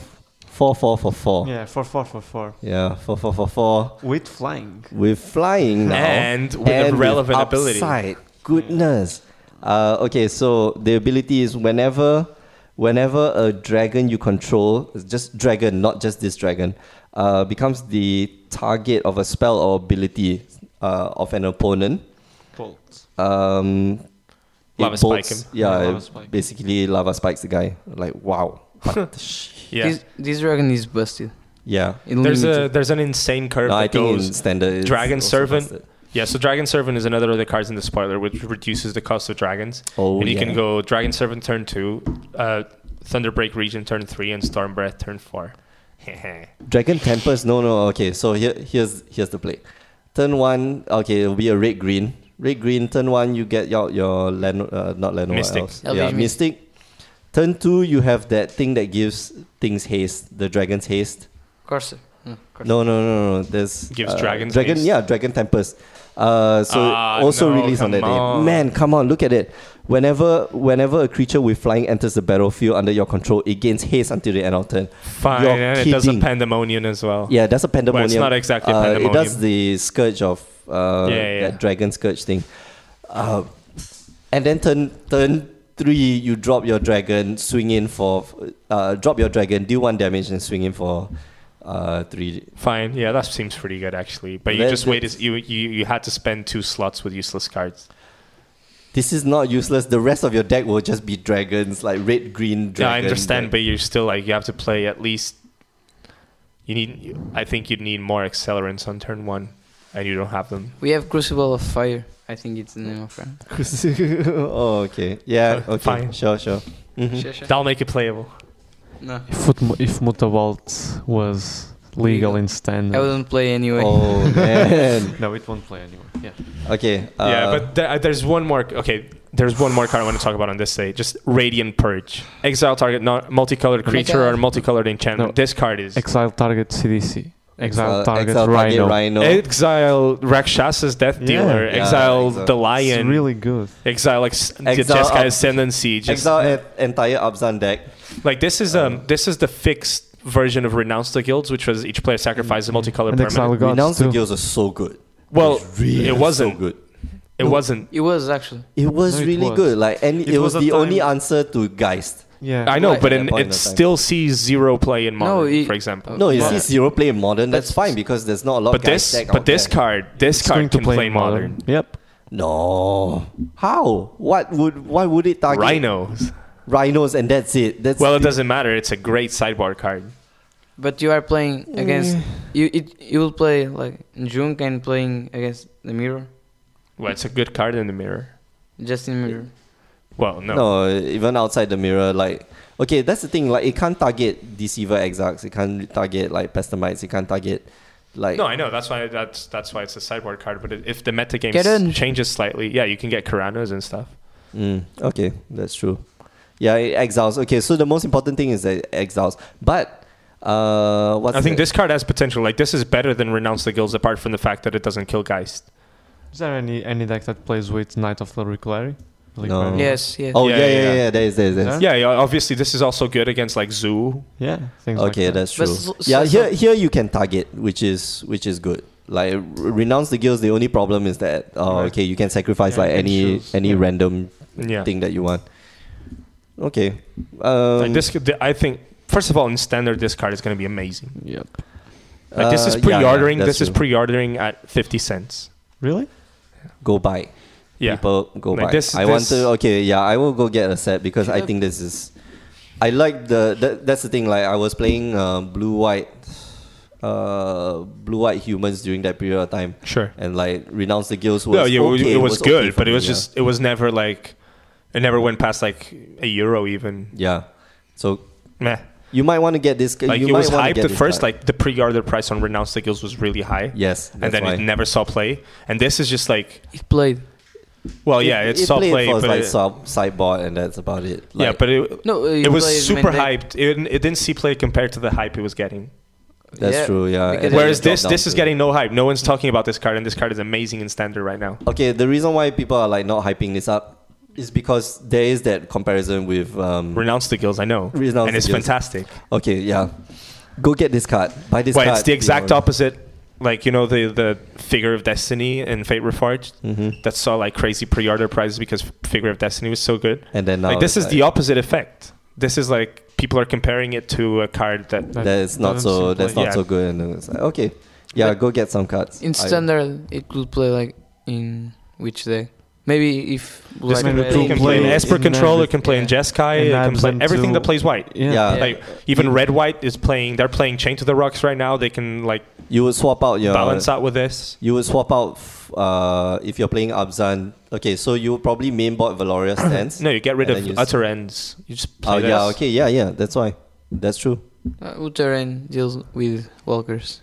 four, four, four, four. Yeah, Yeah, four four four four yeah four, four, four, four. with flying. With flying now And with a relevant ability. upside. Goodness. Uh, okay, so the ability is whenever, whenever a dragon you control, it's just dragon, not just this dragon, uh, becomes the target of a spell or ability uh, of an opponent. Bolt. Um, it Lava spike bolts- him. Yeah, Lava it spike. basically lava spikes the guy. Like wow. What (laughs) the sh- Yeah. This, this dragon is busted. yeah. It'll There's need a to- there's an insane curve No, I that think goes in standard it's Dragon also Servant. busted. Yeah, so Dragon Servant is another of the cards in the spoiler, which reduces the cost of dragons. Oh, and you yeah. can go Dragon Servant turn two, uh, Thunderbreak region turn three, and Storm Breath turn four. (laughs) Dragon Tempest. No, no. Okay, so here, here's here's the play. Turn one. Okay, it'll be a red green. Red green. Turn one, you get your your Leno, uh, not Leno. Mystic. Else. Elvish Yeah, Mystic. Mystic. Turn two, you have that thing that gives things haste. The dragon's haste. Corsair. No, Corsair. No, no, no, no. There's Gives uh, dragons Dragon, haste. yeah, Dragon Tempest. Uh, so Ah, also no, released on come that on. day. Man, come on, look at it. Whenever, whenever a creature with flying enters the battlefield under your control, it gains haste until the end of turn. Fine, You're and it does a kidding. pandemonium as well. Yeah, that's a pandemonium. Well, it's not exactly a Uh, pandemonium. It does the scourge of uh, Yeah, yeah, yeah. that dragon scourge thing. Uh, and then turn turn three, you drop your dragon, swing in for uh, drop your dragon, deal one damage, and swing in for uh, three. Fine, yeah, that seems pretty good actually. But you That- just waited. You, you you had to spend two slots with useless cards. This is not useless. The rest of your deck will just be dragons, like red, green. Yeah, Dragon, I understand, but but you're still like you have to play at least. You need. I think you'd need more accelerants on turn one, and you don't have them. We have Crucible of Fire. I think it's the name of (laughs) it. oh, okay. Yeah. Uh, Okay. fine. Sure. Sure. Mhm. Sure, sure. That'll make it playable. No, If, Fut- if Mutavault was legal in I standard. wouldn't play anyway. Oh man. (laughs) No, it won't play anyway. Yeah. Okay. Uh, yeah, but th- uh, there's one more. Okay, there's one more card I want to talk about on this day. Just Radiant Purge. Exile target not multicolored my creature God. or multicolored enchantment. No. This card is Exile target CDC. Exile uh, target exile Rhino. Rhino. Exile Rakshas's Death Yeah. Dealer. Yeah, exile Exile. the Lion. It's really good. Exile like s- the Exile Jeskai up- Ascendancy. Just Exile Uh. at entire Abzan deck. like this is um this is the fixed version of Renounce the Guilds, which was each player sacrifices a multicolored And permanent. Exile Gods Renounce too. the Mm-hmm. Guilds are so good. Well, It's really it wasn't. so good. It wasn't. It was actually. It was No, it really was. good. Like, and it, It was, was a the only time- answer to Geist. Yeah. I know, Right. but At it, that point it in time. still sees zero play in modern, it- for example. No, you Yeah. see zero play in modern. That's That's- fine because there's not a lot. but of Geist this deck but out this there. card this It's card can play, in modern. Yep. No. How? What would? Why would it target Rhinos. rhinos? And that's it. That's Well, it the- doesn't matter. It's a great sideboard card. But you are playing Mm. against. You it, you will play like Junk and playing against the mirror. Well, it's a good card in the mirror. Just in mirror. Well, no. No. even outside the mirror, like okay, that's the thing. Like it can't target deceiver exarchs. It can't target like pestimites. It can't target like No, I know. That's why that's that's why it's a sideboard card. But if the metagame Get in. s- changes slightly, yeah, you can get Karanas and stuff. Mm, okay, that's true. Yeah, it exiles. Okay, so the most important thing is that it exiles. But uh, what's I think that? this card has potential. Like this is better than Renounce the Guilds, apart from the fact that it doesn't kill Geist. Is there any any deck that plays with Knight of the Reliquary? No. Reliquary? Yes, yes. Oh yeah, Yeah, yeah, yeah, yeah. yeah. There is, there is. There is. Huh? Yeah, yeah, obviously this is also good against like Zoo. Yeah. Things like Okay, that. that's true. But so- yeah, so- here here you can target, which is which is good. Like r- renounce the guilds. The only problem is that oh, Right. okay, you can sacrifice Yeah, like you can any choose. any Yeah. random Yeah. thing that you want. Okay. Um, like this, could- I think. First of all, in standard, this card is going to be amazing. Yep. Like this is uh, yeah, yeah, pre-ordering. that's this is true. pre-ordering at fifty cents. Really? go buy. Yeah. people go Like buy. this- I want this- to. Okay, yeah, I will go get a set because I Should I- think this is. I like the. That, that's the thing. Like I was playing uh, blue white, uh, blue white humans during that period of time, Sure. and like renounce the guilds was. No, yeah, okay, it was, good, okay for but it me, was yeah. just it was never like it never went past like a euro even. Yeah, so Meh. you might want to get this. Like you it might was wanna hyped get at this first. card. Like the pre-order price on Renounce the Guilds was really high, yes, and then why. it never saw play. And this is just like, It played. well, oh, yeah, it, it saw played play, for but like it- sub- sideboard, and that's about it. yeah, Like, but it No, uh, it was played super main deck. hyped. It, didn't- it didn't see play compared to the hype it was getting. that's Yeah, true. Yeah, because and then Whereas it dropped this down this is to- getting no hype. No one's talking about this card, and this card is amazing in standard right now. Okay, the reason why people are like not hyping this up is because there is that comparison with um, Renounce the Guilds, I know, Renounce and the it's Guilds. fantastic. Okay, yeah. Go get this card. Buy this Well, card. it's the exact opposite. Like you know the the figure of destiny in Fate Reforged hmm that saw like crazy pre-order prices because figure of destiny was so good. And then now like this it's is the opposite effect. This is like people are comparing it to a card that That That's not doesn't so. seem That's play. not Yeah. so good. And then it's like, okay, yeah, But go get some cards. In I- standard, it could play like in which day? Maybe if Just black maybe red two You can play in play Esper in controller, everything. can play in Yeah. Jeskai, And it can adds play them everything to- that plays white. Yeah. Yeah. Yeah. Like even You- red white is playing. They're playing Chain to the Rocks right now. They can like You would swap out your balance out with this. You would swap out f- uh, if you're playing Abzan. Okay, so you would probably mainboard Valoria (clears throat) stance. No, you get rid And of then you s- utter ends. You just play Oh yeah, this. okay, yeah, yeah. That's why. That's true. uh, Uterrain deals with walkers.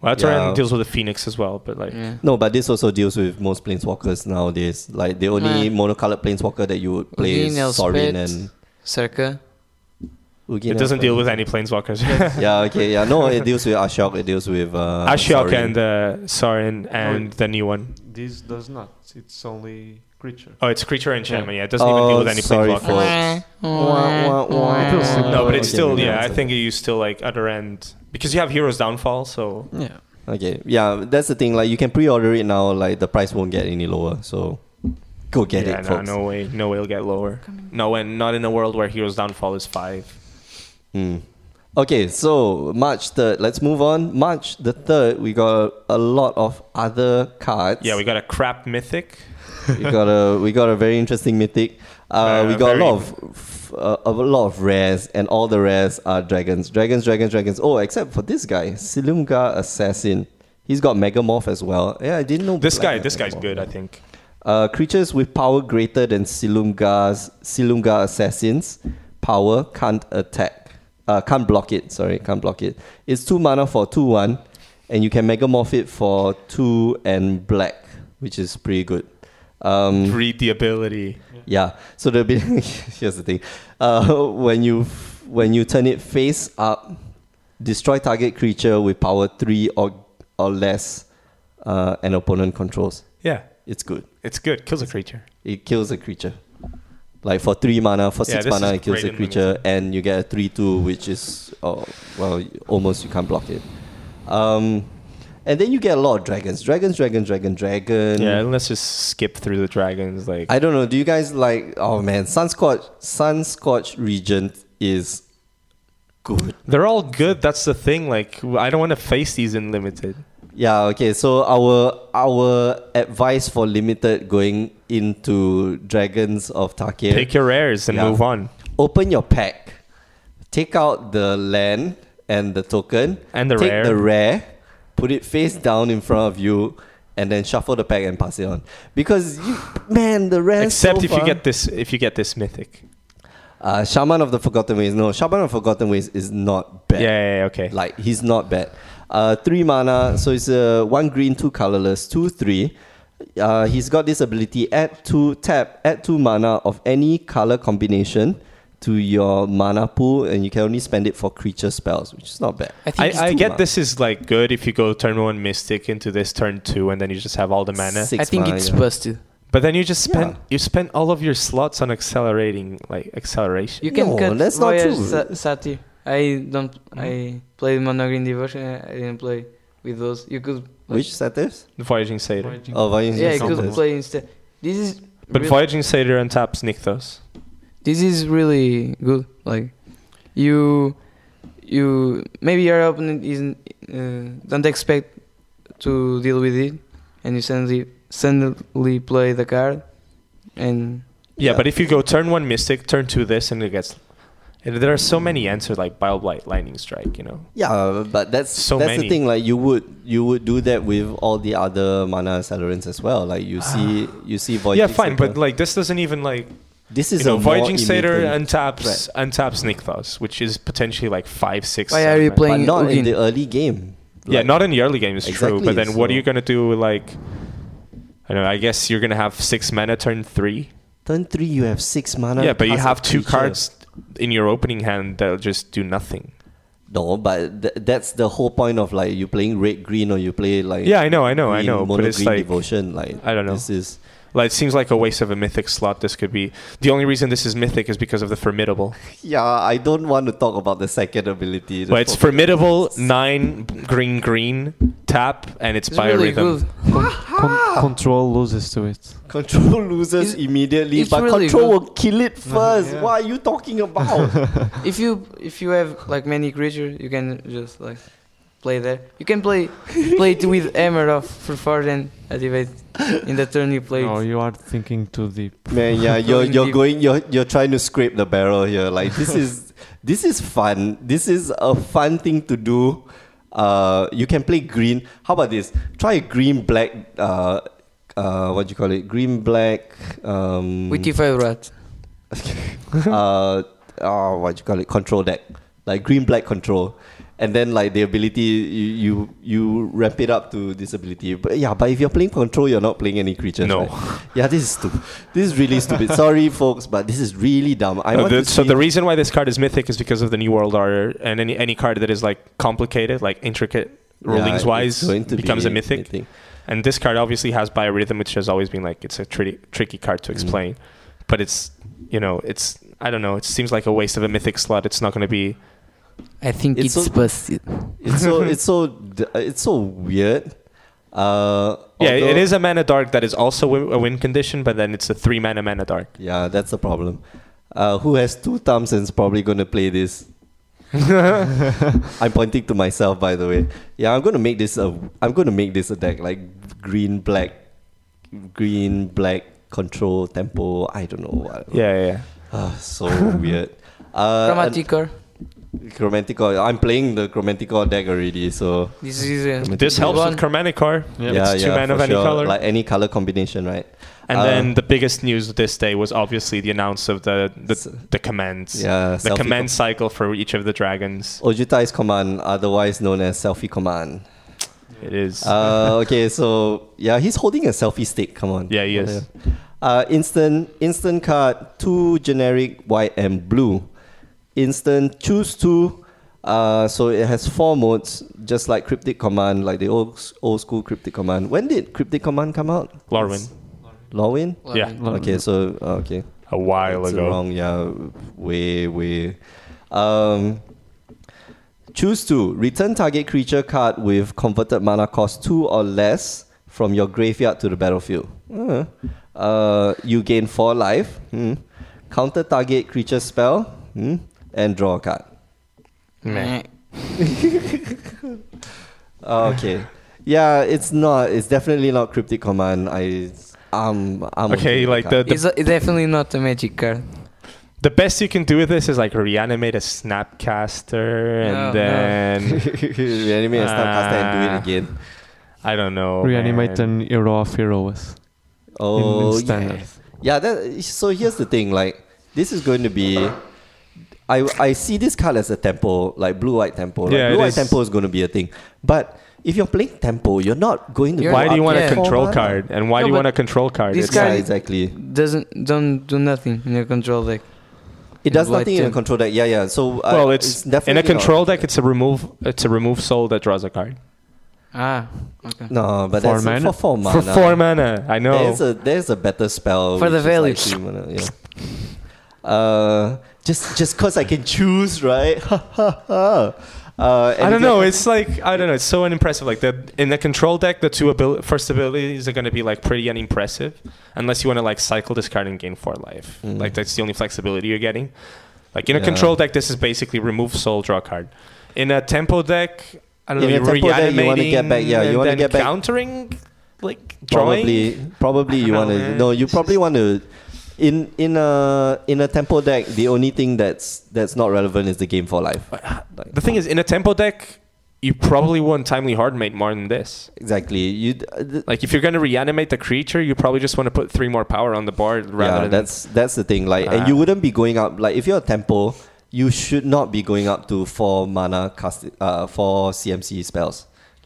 Well, utter Yeah. Mm. end deals with the Phoenix as well, but like Yeah. No, but this also deals with most planeswalkers nowadays. Like the only Uh, monocolored planeswalker that you would play is Ugin, Sorin Elspeth, and Circa. Ugin. it doesn't deal Elspeth. with any planeswalkers. (laughs) yeah, okay, yeah. No, it deals with Ashok. It deals with uh, Ashiok Sorin. and uh, Sauron and the new one. This does not. It's only creature. Oh, it's creature enchantment. Yeah, it doesn't Oh, even deal with any sorry planeswalkers. for- Appeals to- No, but it's Okay, still maybe yeah. that's I it. think you still like utter end because you have heroes downfall. So Yeah. Okay, yeah, that's the thing. Like you can pre-order it now. Like the price won't get any lower. So go get yeah, it, nah, folks. no way, no way it'll get lower. No, and not in a world where heroes downfall is five. Hmm. Okay, so March 3rd. Let's move on. March the 3rd, we got a lot of other cards. Yeah, we got a crap mythic. (laughs) we got a we got a very interesting mythic. Uh, Uh, we got a very- lot of f- uh, a lot of rares, and all the rares are dragons, dragons, dragons, dragons. Oh, except for this guy, Silumga Assassin. He's got Megamorph as well. Yeah, I didn't know. This Black guy, had this guy's Megamorph. good. I think. Uh, creatures with power greater than Silumga's Silumga assassins power can't attack. Uh, can't block it. Sorry, can't block it. It's two mana for two one, and you can megamorph it for two and black, which is pretty good. Um, Read the ability. yeah. So the be (laughs) here's the thing. Uh, when you f- when you turn it face up, destroy target creature with power three or or less, uh, an opponent controls. Yeah, It's good. it's good. Kills a creature. It kills a creature. Like for three mana, for Yeah, six this mana, is it kills great a in creature, and you get a three-two, which is oh, well, y- almost you can't block it. Um, and then you get a lot of dragons, dragons, dragon, dragon, dragon. yeah, and let's just skip through the dragons. Like I don't know. Do you guys like? Oh man, Sunscorch, Sunscorch Regent is good. they're all good. That's the thing. Like I don't want to face these in limited. Yeah. Okay. So our our advice for limited going into dragons of Takir. Pick your rares and Yeah. move on. open your pack, take out the land and the token, And the take rare. the rare, put it face down in front of you, and then shuffle the pack and pass it on. Because you, man, the rare. Except so if you far- get this, if you get this mythic. uh, Shaman of the Forgotten Ways. No, Shaman of Forgotten Ways is not Yeah, bad. yeah, yeah, okay. Like he's not bad. Uh, three mana, so it's uh, one green, two colorless, two three. Uh, he's got this ability: add two tap, add two mana of any color combination to your mana pool, and you can only spend it for creature spells, which is not bad. I think I, it's I too get much. this is like good if you go turn one mystic into this turn two and then you just have all the mana. Six I think mana, it's yeah. busted. But then you just spend Yeah. you spend all of your slots on accelerating like acceleration. You can No, cut that's not Voyage true. Hmm? Sa- Satyr. I don't. I played Mono Green Devotion. I didn't play with those. You could. Which setters? Voyaging Satyr. Oh, Valiant Yeah, you could Satyrs. play instead. This is. But really, Voyaging Satyr untaps Nykthos. this is really good. Like, you, you maybe your opponent isn't uh, don't expect to deal with it, and you suddenly suddenly play the card, and Yeah, Yeah. but if you go turn one mystic, turn two this and it gets and there are so many answers like Bile Blight, Lightning Strike, you know. Yeah, but that's So that's the many. thing. Like you would you would do that with all the other mana accelerants as well. Like you see you see Void. yeah, fine, but like this doesn't even like this you is know, a more Voyaging Satyr immediate- untaps untaps Nykthos, which is potentially like five, six. Why are seven, you right? but playing not in Ugin. the early game. yeah, Like- not in the early game is Exactly, true. But then what are so- you gonna do? Like, I don't know. I guess you're gonna have six mana turn three. Turn three, you have six mana. yeah, but you pass have a two creature. cards in your opening hand that'll just do nothing. No, but th- that's the whole point of like you playing red green or you play like Yeah, I know, I know, I green, know, mono but it's green like- devotion. Like I don't know. This is Like, it seems like a waste of a mythic slot. This could be the only reason this is mythic is because of the formidable. yeah. I don't want to talk about the second ability. The But it's fourth- formidable nine green green tap and it's It's really biorhythm. good. Ah! control loses to it. (laughs) control loses It's- immediately, it's but really control good. will kill (laughs) it first. Yeah. What are you (laughs) talking about? If you if you have like many creatures, you can just like play there. You can play play it with hammer of for four and activate in the turn you play. Oh, it. you are thinking too deep. Man, (laughs) yeah, you're Going you're deep. going you're you're trying to scrape the barrel here. Like this is (laughs) this is fun. This is a fun thing to do. Uh, you can play green. How about this? Try a green black. Uh, uh, what do you call it? Green black. Um, With your favorite. uh, oh, what you call it, control deck, like green black control, and then like the ability you you, you ramp it up to this ability. But yeah, but if you're playing control, you're not playing any creatures. No. right? Yeah, this is stupid. This is really (laughs) stupid. Sorry, folks, but this is really dumb. I No, want the- to so see- the reason why this card is mythic is because of the New World Order, and any any card that is like complicated, like intricate Yeah, rulings it's wise, going to becomes be a mythic. And this card obviously has biorhythm, which has always been like it's a tricky tricky card to Mm. explain. But it's you know it's I don't know. It seems like a waste of a mythic slot. It's not going to be I think It's it's, so- busted. It's so it's so d- it's so weird. Uh, yeah. It although- is a mana dark that is also wi- a win condition, but then it's a three mana mana dark. Yeah, that's the problem. Uh, who has two thumbs and is probably going to play this? (laughs) I'm pointing to myself, by the way. Yeah, I'm going to make this a. I'm going to make this a deck like green black, green black control tempo. I don't know what. Yeah, yeah. yeah. Ah, so (laughs) weird. Uh, Chromatic core. and- Chromatic Core. I'm playing the Chromatic Core deck already, so This is uh, Chromatic This Core. helps One. with Chromatic Core. Yeah. It's two mana for of any color. like any color combination, right? And Uh, then the biggest news this day was obviously the announce of the S- the, the commands. Yeah, the selfie command cycle for each of the dragons. Ojutai's command, otherwise known as selfie command. It is. Uh, okay, so yeah, he's holding a selfie stick. Come on. Yeah, he is. Uh, instant, instant card, two generic white and blue. Instant, choose two. Uh, so it has four modes, just like cryptic command, like the old old school cryptic command. When did cryptic command come out? Lorwyn. Lorwin. Yeah. Lorwyn. Okay, so uh, okay. A while It's ago. Wrong, yeah, way, way. Um, choose to return target creature card with converted mana cost two or less from your graveyard to the battlefield. Uh, uh, you gain four life. Hmm. Counter target creature spell hmm, and draw a card. Meh. eh, (laughs) Okay, yeah, it's not. It's definitely not cryptic command. I, I'm, I'm Okay, with like that. (laughs) the, It's the a- definitely not a magic card. the best you can do with this is like reanimate a snapcaster and Oh, No, no. then (laughs) reanimate a snapcaster Ah. and do it again. I don't know. Reanimate Oh, man. an hero of heroes. Oh, in, in yeah. standard. Yeah, that, so here's the thing. Like, this is going to be. I, I see this card as a tempo, like blue white tempo. Like, Yeah, it blue white is. tempo is going to be a thing. But if you're playing tempo, you're not going to. You're go Why do you up want to a Yeah. four control mana. card? And why No, do you but want a control card? this It's- Yeah, card- exactly. Doesn't don't do nothing in your control deck. It does It's white nothing in a temp. control deck. Yeah, yeah. So uh, well, it's, definitely in a not- control deck. It's a remove. It's a remove soul that draws a card Ah, okay. No, but Four that's mana? for four mana. for four mana. I know. There's a there's a better spell For the which is like three value. mana, yeah. Uh, just just cause I can choose, right? (laughs) uh, I don't know. It's like I don't know. It's so unimpressive. Like the in the control deck, the two abil- first abilities are going to be like pretty unimpressive, unless you want to like cycle this card and gain four life. Mm. Like that's the only flexibility you're getting. Like in a Yeah. control deck, this is basically remove soul, draw card. In a tempo deck, I don't In know. a tempo you're deck, you wanna reanimating get back- yeah, you and wanna then get back- countering, like drawing. probably probably I don't you know, want to man. no you It's probably want to in in a in a tempo deck the only thing that's that's not relevant is the game for life Like, The thing is, in a tempo deck, you probably want timely hardmate more than this. exactly you d- uh, th- Like if you're going to reanimate the creature, you probably just want to put three more power on the board rather yeah than that's that's the thing like and Ah. you wouldn't be going up like if you're a tempo you should not be going up to four mana cast uh four cmc spells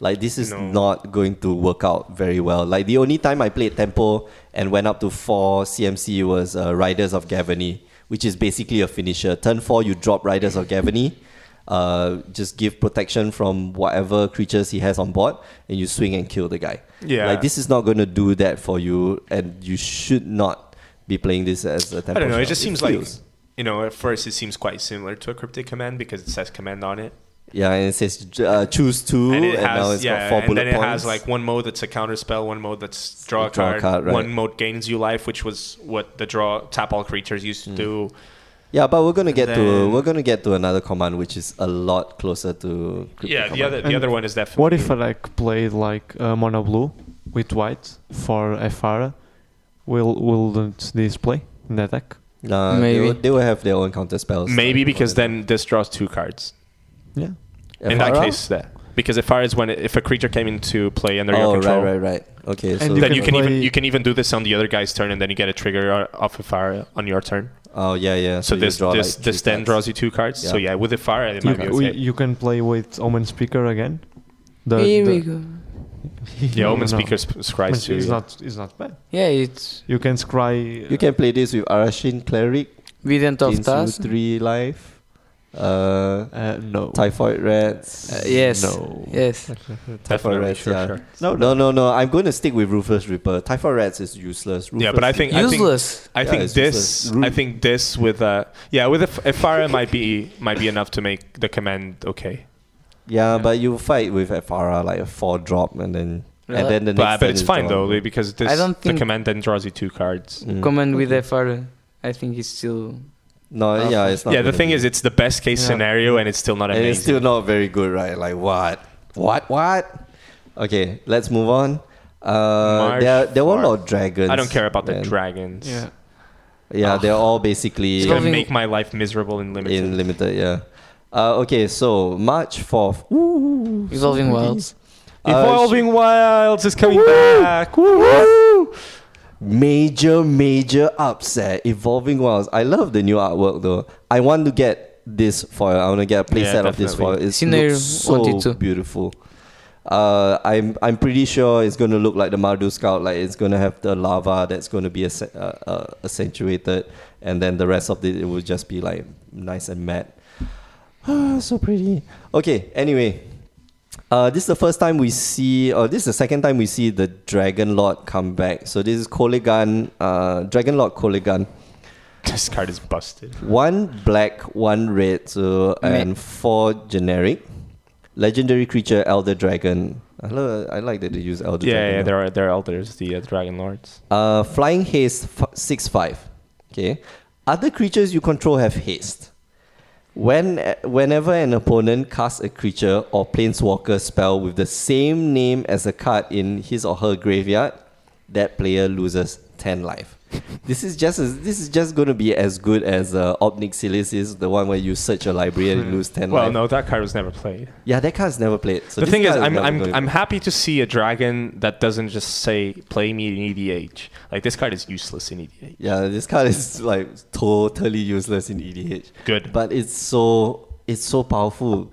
like this is No. not going to work out very well like the only time i played tempo and went up to four cmc was uh, riders of gavany which is basically a finisher turn four you drop riders of gavany uh, just give protection from whatever creatures he has on board, and you swing and kill the guy. Yeah. like this is not going to do that for you, and you should not be playing this as a tempo. I don't know. It shot. just seems like feels- you know. At first, it seems quite similar to a cryptic command because it says command on it, yeah, and it says uh, choose two, and, and it now has it's yeah, got four and bullet then it points. has like one mode that's a counter spell, one mode that's draw a Draw a card, card, right. Mm. one mode gains you life, which was what the draw tap all creatures used to do. Yeah, but we're gonna get to Then- we're gonna get to another command which is a lot closer to crypto Yeah, the command. other the And other one is definitely. What if I like played like uh, mono blue with white for Efara? Will wouldn't this play in the deck? Nah, they Maybe. will- they will have their own counter spells. Maybe like, because for then this draws two cards. Yeah. the- In that Ephara? case, that because if is when if a creature came into play under your oh control, right, right, right. Okay, And so you then you can even play- you can even do this on the other guy's turn, and then you get a trigger o- off a fire on your turn. oh yeah, yeah. So, you this draw, this like, this three then cards. draws you two cards. So Yeah. yeah, with the fire, it You, might be we- okay. you can play with Omen Speaker again. The, Here the- we (laughs) go. Yeah, No, Omen no. Speaker sp- Omen scries Speaker too. is yeah. not is not bad. Yeah, it's You can scry. You can play this with Arashin Cleric, Vident of Jinsu Task. three life, uh, uh, no. Typhoid Rats. Uh, yes. No. Yes. Typhoid Definitely, Rats. sure, yeah. sure. No, no, no, no. I'm going to stick with Ruthless Reaper. Typhoid Rats is useless. Yeah, Ruthless but I think- I think- Useless. I Yeah, think it's this. useless. Root. I think this with uh yeah with a, f- a fire might be might be enough to make the command okay. Yeah, Yeah. but you fight with Ephara like a four drop, and then and Really? then the next. But, but turn it's is fine drawn. though because this I don't the think- command then draws you two cards. Mm. Command with FR, I think it's still. No, Uh-huh. yeah, it's not. Yeah, the gonna thing be- is, it's the best case Yeah. scenario, and it's still not and amazing. it's still not very good, right? Like what? What? What? Okay, let's move on. Uh, March there, there were a lot of fourth. dragons. I don't care about the man. dragons. Yeah. Yeah, Ugh. they're all It's basically gonna Solving- make my life miserable in limited. in limited. Yeah. Uh, okay, so March fourth. Ooh, Evolving Wilds. Uh, Evolving Wilds is coming back. Woo! Major, major upset. Evolving Wilds. I love the new artwork though. I want to get this foil. I want to get a playset Yeah, of this foil. definitely. It's Scenario looks so wanted to. beautiful. Uh, I'm I'm pretty sure it's gonna look like the Mardu Scout. Like it's gonna have the lava that's gonna be acce- uh, uh, accentuated, and then the rest of it it will just be like nice and matte. (sighs) Ah, so pretty. Okay. Anyway, uh, this is the first time we see, or this is the second time we see the Dragon Lord come back. So this is Koligan, uh, Dragon Lord Koligan. This card is busted. One black, one red, so and four generic. Legendary creature, Elder Dragon. I, lo- I like that they use Elder yeah, Dragon. yeah, now. there are there are elders, the uh, dragon lords. Uh, flying haste f- six five. Okay. Other creatures you control have haste. When uh, whenever an opponent casts a creature or planeswalker spell with the same name as a card in his or her graveyard, that player loses ten life. (laughs) This is just as, this is just going to be as good as uh, Obnixilis is the one where you search a library and you lose ten Well, life. no, that card was never played. Yeah, that card's never played. So the this thing is, card I'm never I'm gonna- I'm happy to see a dragon that doesn't just say "play me in EDH." Like this card is useless in E EDH. yeah, this card is like totally useless in E EDH. Good. but it's so it's so powerful.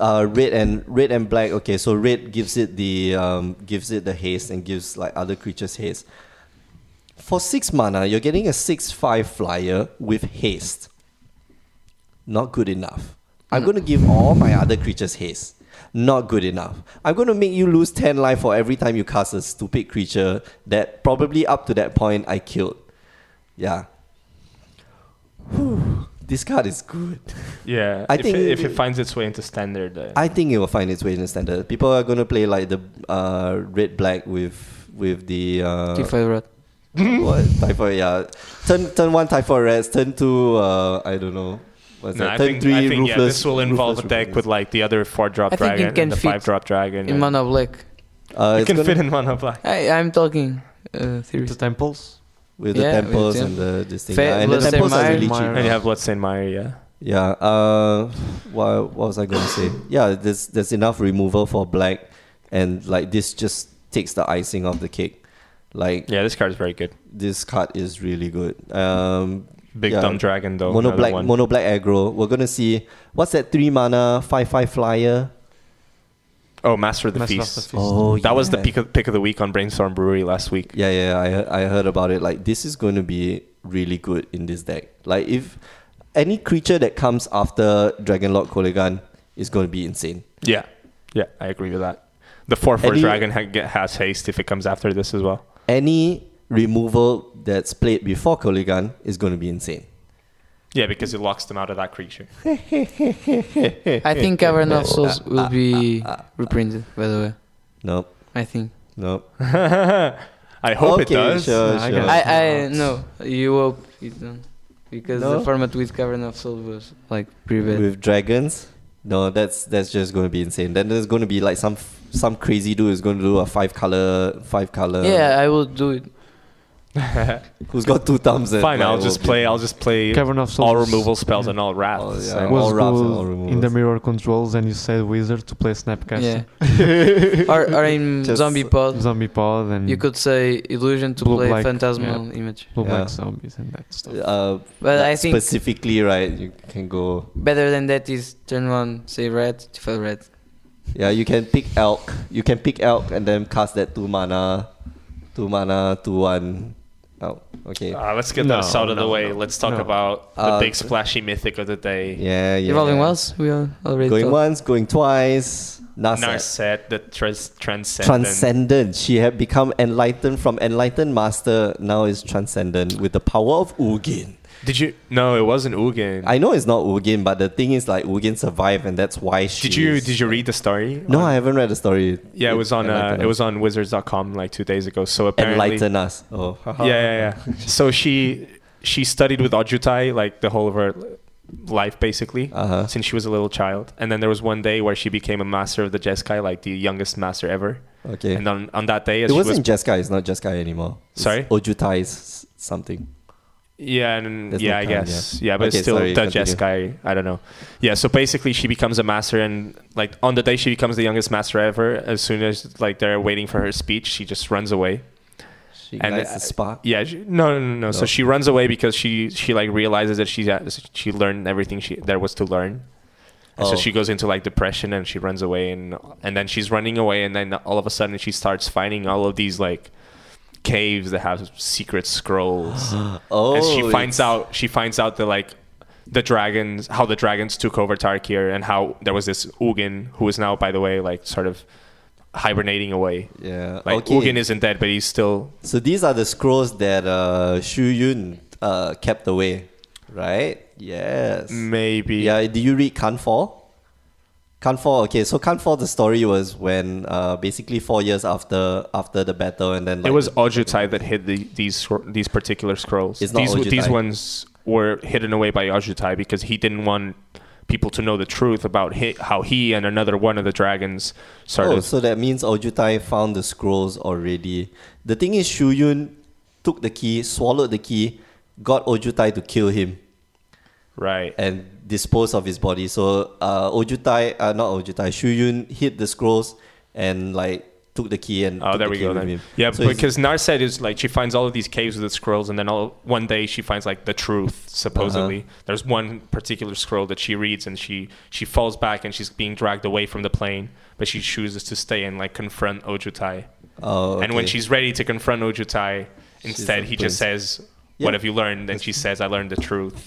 Uh, red and red and black. Okay, so red gives it the um, gives it the haste and gives like other creatures haste. For six mana, you're getting a six five flyer with haste. Not good enough. I'm gonna give all my other creatures haste. Not good enough. I'm gonna make you lose ten life for every time you cast a stupid creature that probably up to that point I killed. Yeah. Whew. This card is good. yeah, I if think- it, if it finds its way into standard, then I think it will find its way in the standard. People are gonna play like the uh, red black with with the uh, T5 Rod. (laughs) (laughs) what typhoid. Yeah, turn turn one typhoid rats. Turn two. Uh, I don't know. What's No, that? I Turn think, three. I think ruthless, yeah, this will involve a ruthless deck with ruthless. like the other four drop I think it dragon can and the fit five drop dragon. In and- Mana Black. Uh, it it's can gonna- fit in mana black. I, I'm talking uh, The theories. temples. with the Yeah, with temples the and the this thing. Fe- yeah, and the Bloodstained temples are Mire. really Mire. cheap. And you have Bloodstained Mire, yeah. Yeah. Uh, what, what was I going to say? Yeah, there's there's enough removal for black, and like this just takes the icing off the cake. Like Yeah, this card is very good. this card is really good. Um, Big Yeah. dumb dragon though. mono another black, one. mono black aggro. We're gonna see what's that three mana five five flyer. oh, Master of the Master of Feast. the Feast. Oh, that was the yeah. pick of, pick of the week on Brainstorm Brewery last week. Yeah, yeah, I he- I heard about it. Like this is going to be really good in this deck. Like if any creature that comes after Dragonlord Koligan is going to be insane. Yeah, yeah, I agree with that. The four four Any- dragon ha- get, has haste if it comes after this as well. Any removal that's played before Koligan is going to be insane. (laughs) Yeah, because it locks them out of that (laughs) creature. I think Cavern of Souls will be ah, reprinted, by the way. (laughs) Nope, I think. nope. I hope it Okay, does. Sure, (laughs) Yeah, I sure. guess. I, I no. You hope you don't. because No? the format with Cavern of Soul was like pretty bad. with dragons. No, that's that's just going to be insane. Then there's going to be like some f- some crazy dude is going to do a five color five color. yeah, I will do it. who's got two thumbs? and Fine, like, I'll will just be- play. I'll just play Cavern of Souls all was- removal spells yeah. and all uh, wraths. Oh, yeah. and All was wraps and good all in the removals. mirror controls, and you said wizard to play snapcaster, (laughs) Yeah. or, or in Just- Mm. Zombie Pod, zombie pod, and you could say illusion to Blue play black, phantasmal image. blue black Yeah. zombies and that stuff. Uh, But like I think specifically, right? You can go. better than that is turn one, say red, to red. Yeah, you can pick elk. You can pick elk and then cast that two mana, two mana, two one. Oh, okay. Ah, Uh, let's get No, this out of the no, way. no, Let's talk no. about the Uh, big splashy mythic of the day. Yeah, yeah. Evolving Wells, we are already Going talked. once, going twice. Narset. Narset, the trans- transcendent. Transcendent. She had become enlightened from enlightened master. Now is transcendent with the power of Ugin. Did you? No, it wasn't Ugin. I know it's not Ugin, but the thing is, like Ugin survived, and that's why she. did you? is- Did you read the story? No, on- I haven't read the story. Yeah, it was on. Uh, Enlighten it Us. was on Wizards.com like two days ago. So apparently, Enlighten us. Oh, (laughs) yeah, yeah, yeah. so she she studied with Ojutai like the whole of her life basically Uh huh. since she was a little child, and then there was one day where she became a master of the Jeskai, like the youngest master ever. Okay. And on on that day, as It she was wasn't Jeskai. It's not Jeskai anymore. It's Sorry? Ojutai is s- something. Yeah, and There's yeah, no I count, guess. yeah. Yeah, but Okay, it's still sorry, the continue. Jeskai. I don't know. Yeah, so basically, she becomes a master, and like on the day she becomes the youngest master ever, as soon as like they're waiting for her speech, she just runs away. She And, ignites uh, the spark. Yeah, she, no, no, no, no. No. So she runs away because she she like realizes that she she learned everything she there was to learn. And Oh. So she goes into like depression and she runs away and and then she's running away and then all of a sudden she starts finding all of these like caves that have secret (gasps) scrolls Oh, and she finds it's- out she finds out that like the dragons how the dragons took over Tarkir and how there was this Ugin who is now by the way like sort of hibernating away. Yeah. Like okay. Ugin isn't dead but he's still so these are the scrolls that uh, Shu Yun uh, kept away, right? Yes. Mm. maybe Yeah. Do you read Kanfor? Kanfor. Okay. So Kanfor, the story was when uh, basically four years after after the battle, and then like, it was Ojutai that hid the, these scro- these particular scrolls. It's not these Ojutai. these ones were hidden away by Ojutai because he didn't want people to know the truth about hi how he and another one of the dragons sort Oh, of so that means Ojutai found the scrolls already. The thing is, Shuyun took the key, swallowed the key, got Ojutai to kill him, right. and dispose of his body. So uh, Ojutai, uh, not Ojutai, Shuyun hid the scrolls and like took the key and Oh, took there the we key go. with Then. him. Yeah, So it's- because Narset is like she finds all of these caves with the scrolls, and then all one day she finds like the Uh-huh. truth. Supposedly, there's one particular scroll that she reads, and she she falls back, and she's being dragged away from the plane, but she chooses to stay and like confront Ojutai. oh, And when okay. she's ready to confront Ojutai, She's instead a he just says, Yeah. "What have you learned?" And she says, "I learned the truth."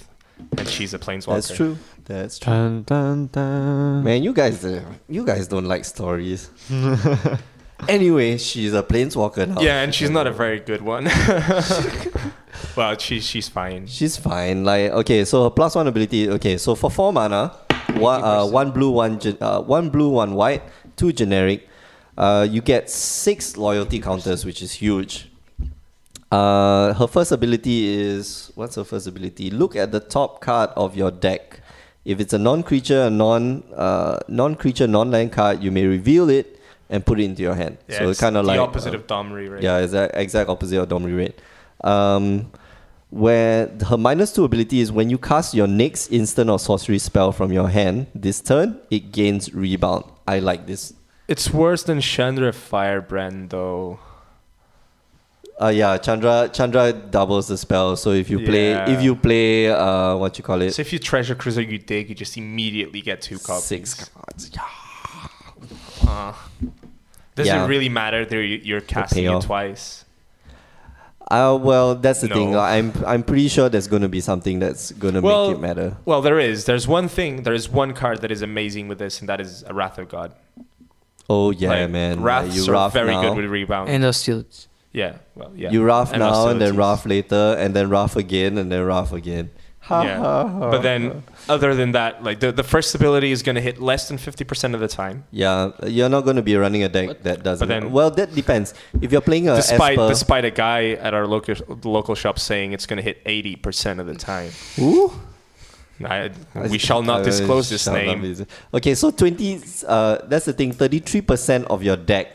And she's a planeswalker. that's true, that's true. Dun, dun, dun. Man, you guys, uh, you guys don't like stories. anyway, she's a planeswalker now. Yeah, and she's not a very good (laughs) one. well, she's she's fine. She's fine. Like okay, so her plus one ability. Okay, so for four mana, one, uh, one blue, one gen- uh, one blue, one white, two generic. Uh, you get six loyalty counters, which is huge. Uh, her first ability is what's her first ability? Look at the top card of your deck. If it's a non-creature, a non uh, non-creature, non-land card, you may reveal it and put it into your hand. Yeah, so it's it's kind of the like opposite uh, of Domri, right? yeah, exact exact opposite of Domri Raid. Um, where her minus two ability is when you cast your next instant or sorcery spell from your hand this turn, it gains rebound. I like this. It's worse than Chandra Firebrand, though. Uh, yeah, Chandra Chandra doubles the spell. So if you play Yeah. if you play uh, what you call it So if you treasure cruiser, you dig, you just immediately get two copies. six cards, yeah, (laughs) Uh, doesn't Yeah. really matter that you- you're casting it payoff. twice. Uh, well, that's the thing. No. I'm I'm pretty sure there's gonna be something that's gonna Well, make it matter. Well, there is. There's one thing. There is one card that is amazing with this, and that is a Wrath of God. Oh yeah, Like, man. Wraths Like, you are rough very now. good with rebound. And hostility. yeah, well, yeah. You rough And now and then hostilities. rough later and then rough again and then rough again. Ha, Yeah. ha, ha. But then, other than that, like the, the first ability is going to hit less than 50% of the time. yeah, you're not going to be running a deck that doesn't. then- well, that depends. If you're playing a despite Esper, despite a guy at our local local shop saying it's going to hit 80% of the time. Ooh. I, I (laughs) we s- shall not I disclose this shall not name. be- Okay, so 20, uh, that's the thing, 33% of your deck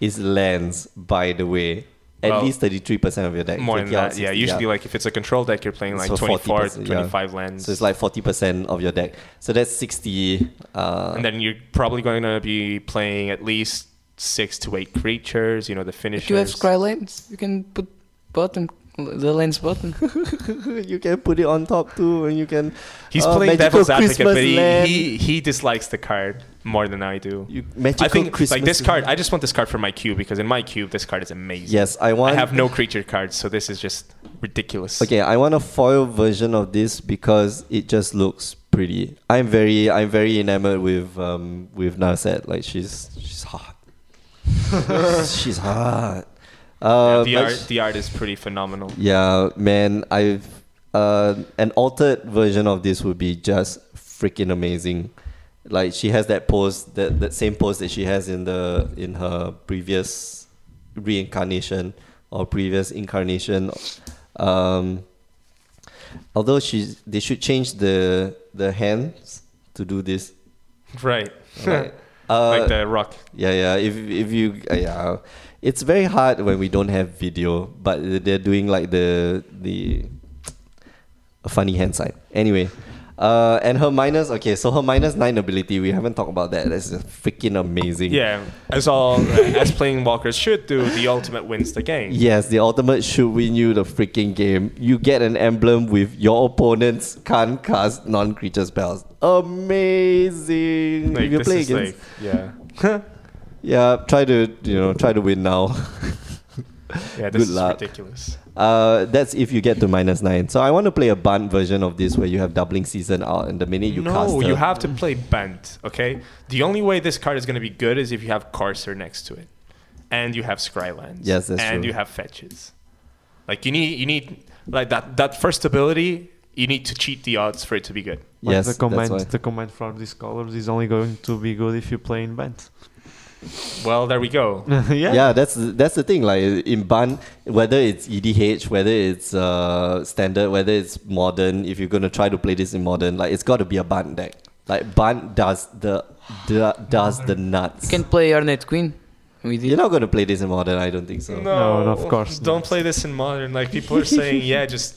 is lands, by the way. At Well, least 33% of your deck. More than 50 out of that, yeah. 60, Usually, like if it's a control deck, you're playing like So 24, 40%, yeah. 25 lands, So it's like 40% of your deck. So that's 60. Uh, and then you're probably going to be playing at least six to eight creatures. You know the If you have finishers. scry lanes, you can put button the (laughs) lanes button. (laughs) you can put it on top too, and you can. He's uh, playing magical devil's advocate, Christmas but he, land. he he dislikes the card more than I do. You, magical I think Christmas like this card. land. I just want this card for my cube because in my cube this card is amazing. yes, I want. I have no creature cards, so this is just ridiculous. Okay, I want a foil version of this because it just looks pretty. I'm very, I'm very enamored with um with Narset. Like she's she's (laughs) hot. she's hot. Uh, Yeah, the but art sh- the art is pretty phenomenal. yeah, man. I've uh, an altered version of this would be just freaking amazing. Like she has that pose, that that same pose that she has in the in her previous reincarnation or previous incarnation. Um, although she, they should change the the hands to do this. Right. (laughs) Right? Uh, (laughs) like the rock. yeah, yeah. If if you uh, yeah, it's very hard when we don't have video, but they're doing like the the a funny hand sign. Anyway, uh, and her minus okay, so her minus nine ability we haven't talked about that. That's just freaking amazing. Yeah. As all uh, as playing walkers should do, the ultimate wins the game. Yes, the ultimate should win you the freaking game. You get an emblem with your opponents can't cast non-creature spells. Amazing. Like, if you this play is against, like- (laughs) yeah. yeah, try to you know try to win now. (laughs) Yeah, Good this is luck. ridiculous. Uh, that's if you get to minus nine. So I want to play a banned version of this where you have doubling season out, and the minute you no, cast, her- you have to play bent, okay? The only way this card is going to be good is if you have Courser next to it. And you have Skylands. Yes, that's And true. you have fetches. Like you need you need like that that first ability, you need to cheat the odds for it to be good. Like yes, the that's command, why. the command for these colors is only going to be good if you play in bent. Well, there we go. (laughs) yeah. yeah. that's that's the thing. Like in ban, whether it's EDH, whether it's uh, standard, whether it's modern, if you're gonna try to play this in modern, like it's got to be a ban deck. Like ban does the do, does the You nuts. can play Ornate Queen. We did. You're not gonna play this in modern, I don't think so. No, no, of course Don't not. play this in modern. Like people are saying, yeah, just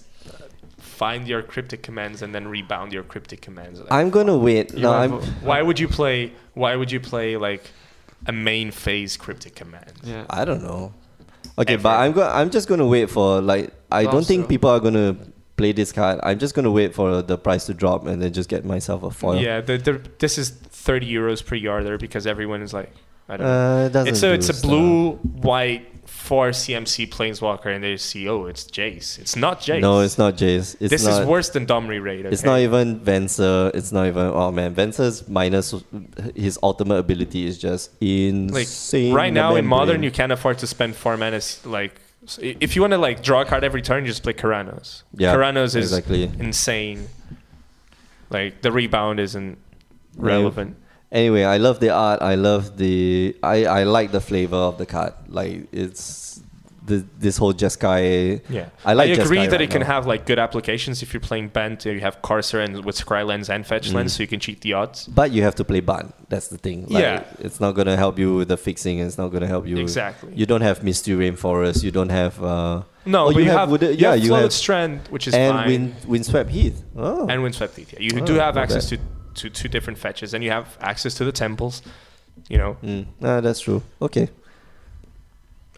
find your cryptic commands and then rebound your cryptic commands. Like, I'm gonna wait. You No, have I'm. a- (laughs) why would you play? Why would you play like a main phase cryptic command? Yeah. I don't know. Okay, Effort. but I'm go- I'm just gonna wait for like I don't think Also- people are gonna play this card. I'm just gonna wait for the price to drop and then just get myself a foil. Yeah, the, the, this is thirty euros per yarder because everyone is like, I don't know. Uh, it doesn't It's a do it's a stuff. blue white four CMC planeswalker and they see oh it's Jace. It's not Jace. No, it's not Jace. It's this not, is worse than Domri Raid. It's okay? not even Venser. It's not even. Oh man, Venser's minus his ultimate ability is just like insane. right now in modern remembering. you can't afford to spend four mana s- like s- i- if you want to like draw a card every turn you just play Karanos Yeah, Karanos is exactly. insane like the rebound isn't Right. relevant Anyway, I love the art. I love the. I, I like the flavor of the card. Like it's the this whole Jeskai. yeah I like. agree Jeskai that right it can now. have like good applications if you're playing bent you have Corsair and with Scry lens and fetch Mm. lens so you can cheat the odds But you have to play ban. That's the thing. Like, Yeah. It's not gonna help you with the fixing. It's not gonna help you. with- exactly You don't have Misty Rainforest. You don't have. Uh, no Oh, but you you, have have, wood- you yeah, have you Flooded have- strand which is and fine wind, windswept heath. Oh. and Windswept Heath. Yeah, you Oh, do have not access bad. to, to two different fetches and you have access to the temples you know Mm. Ah, that's true. Okay.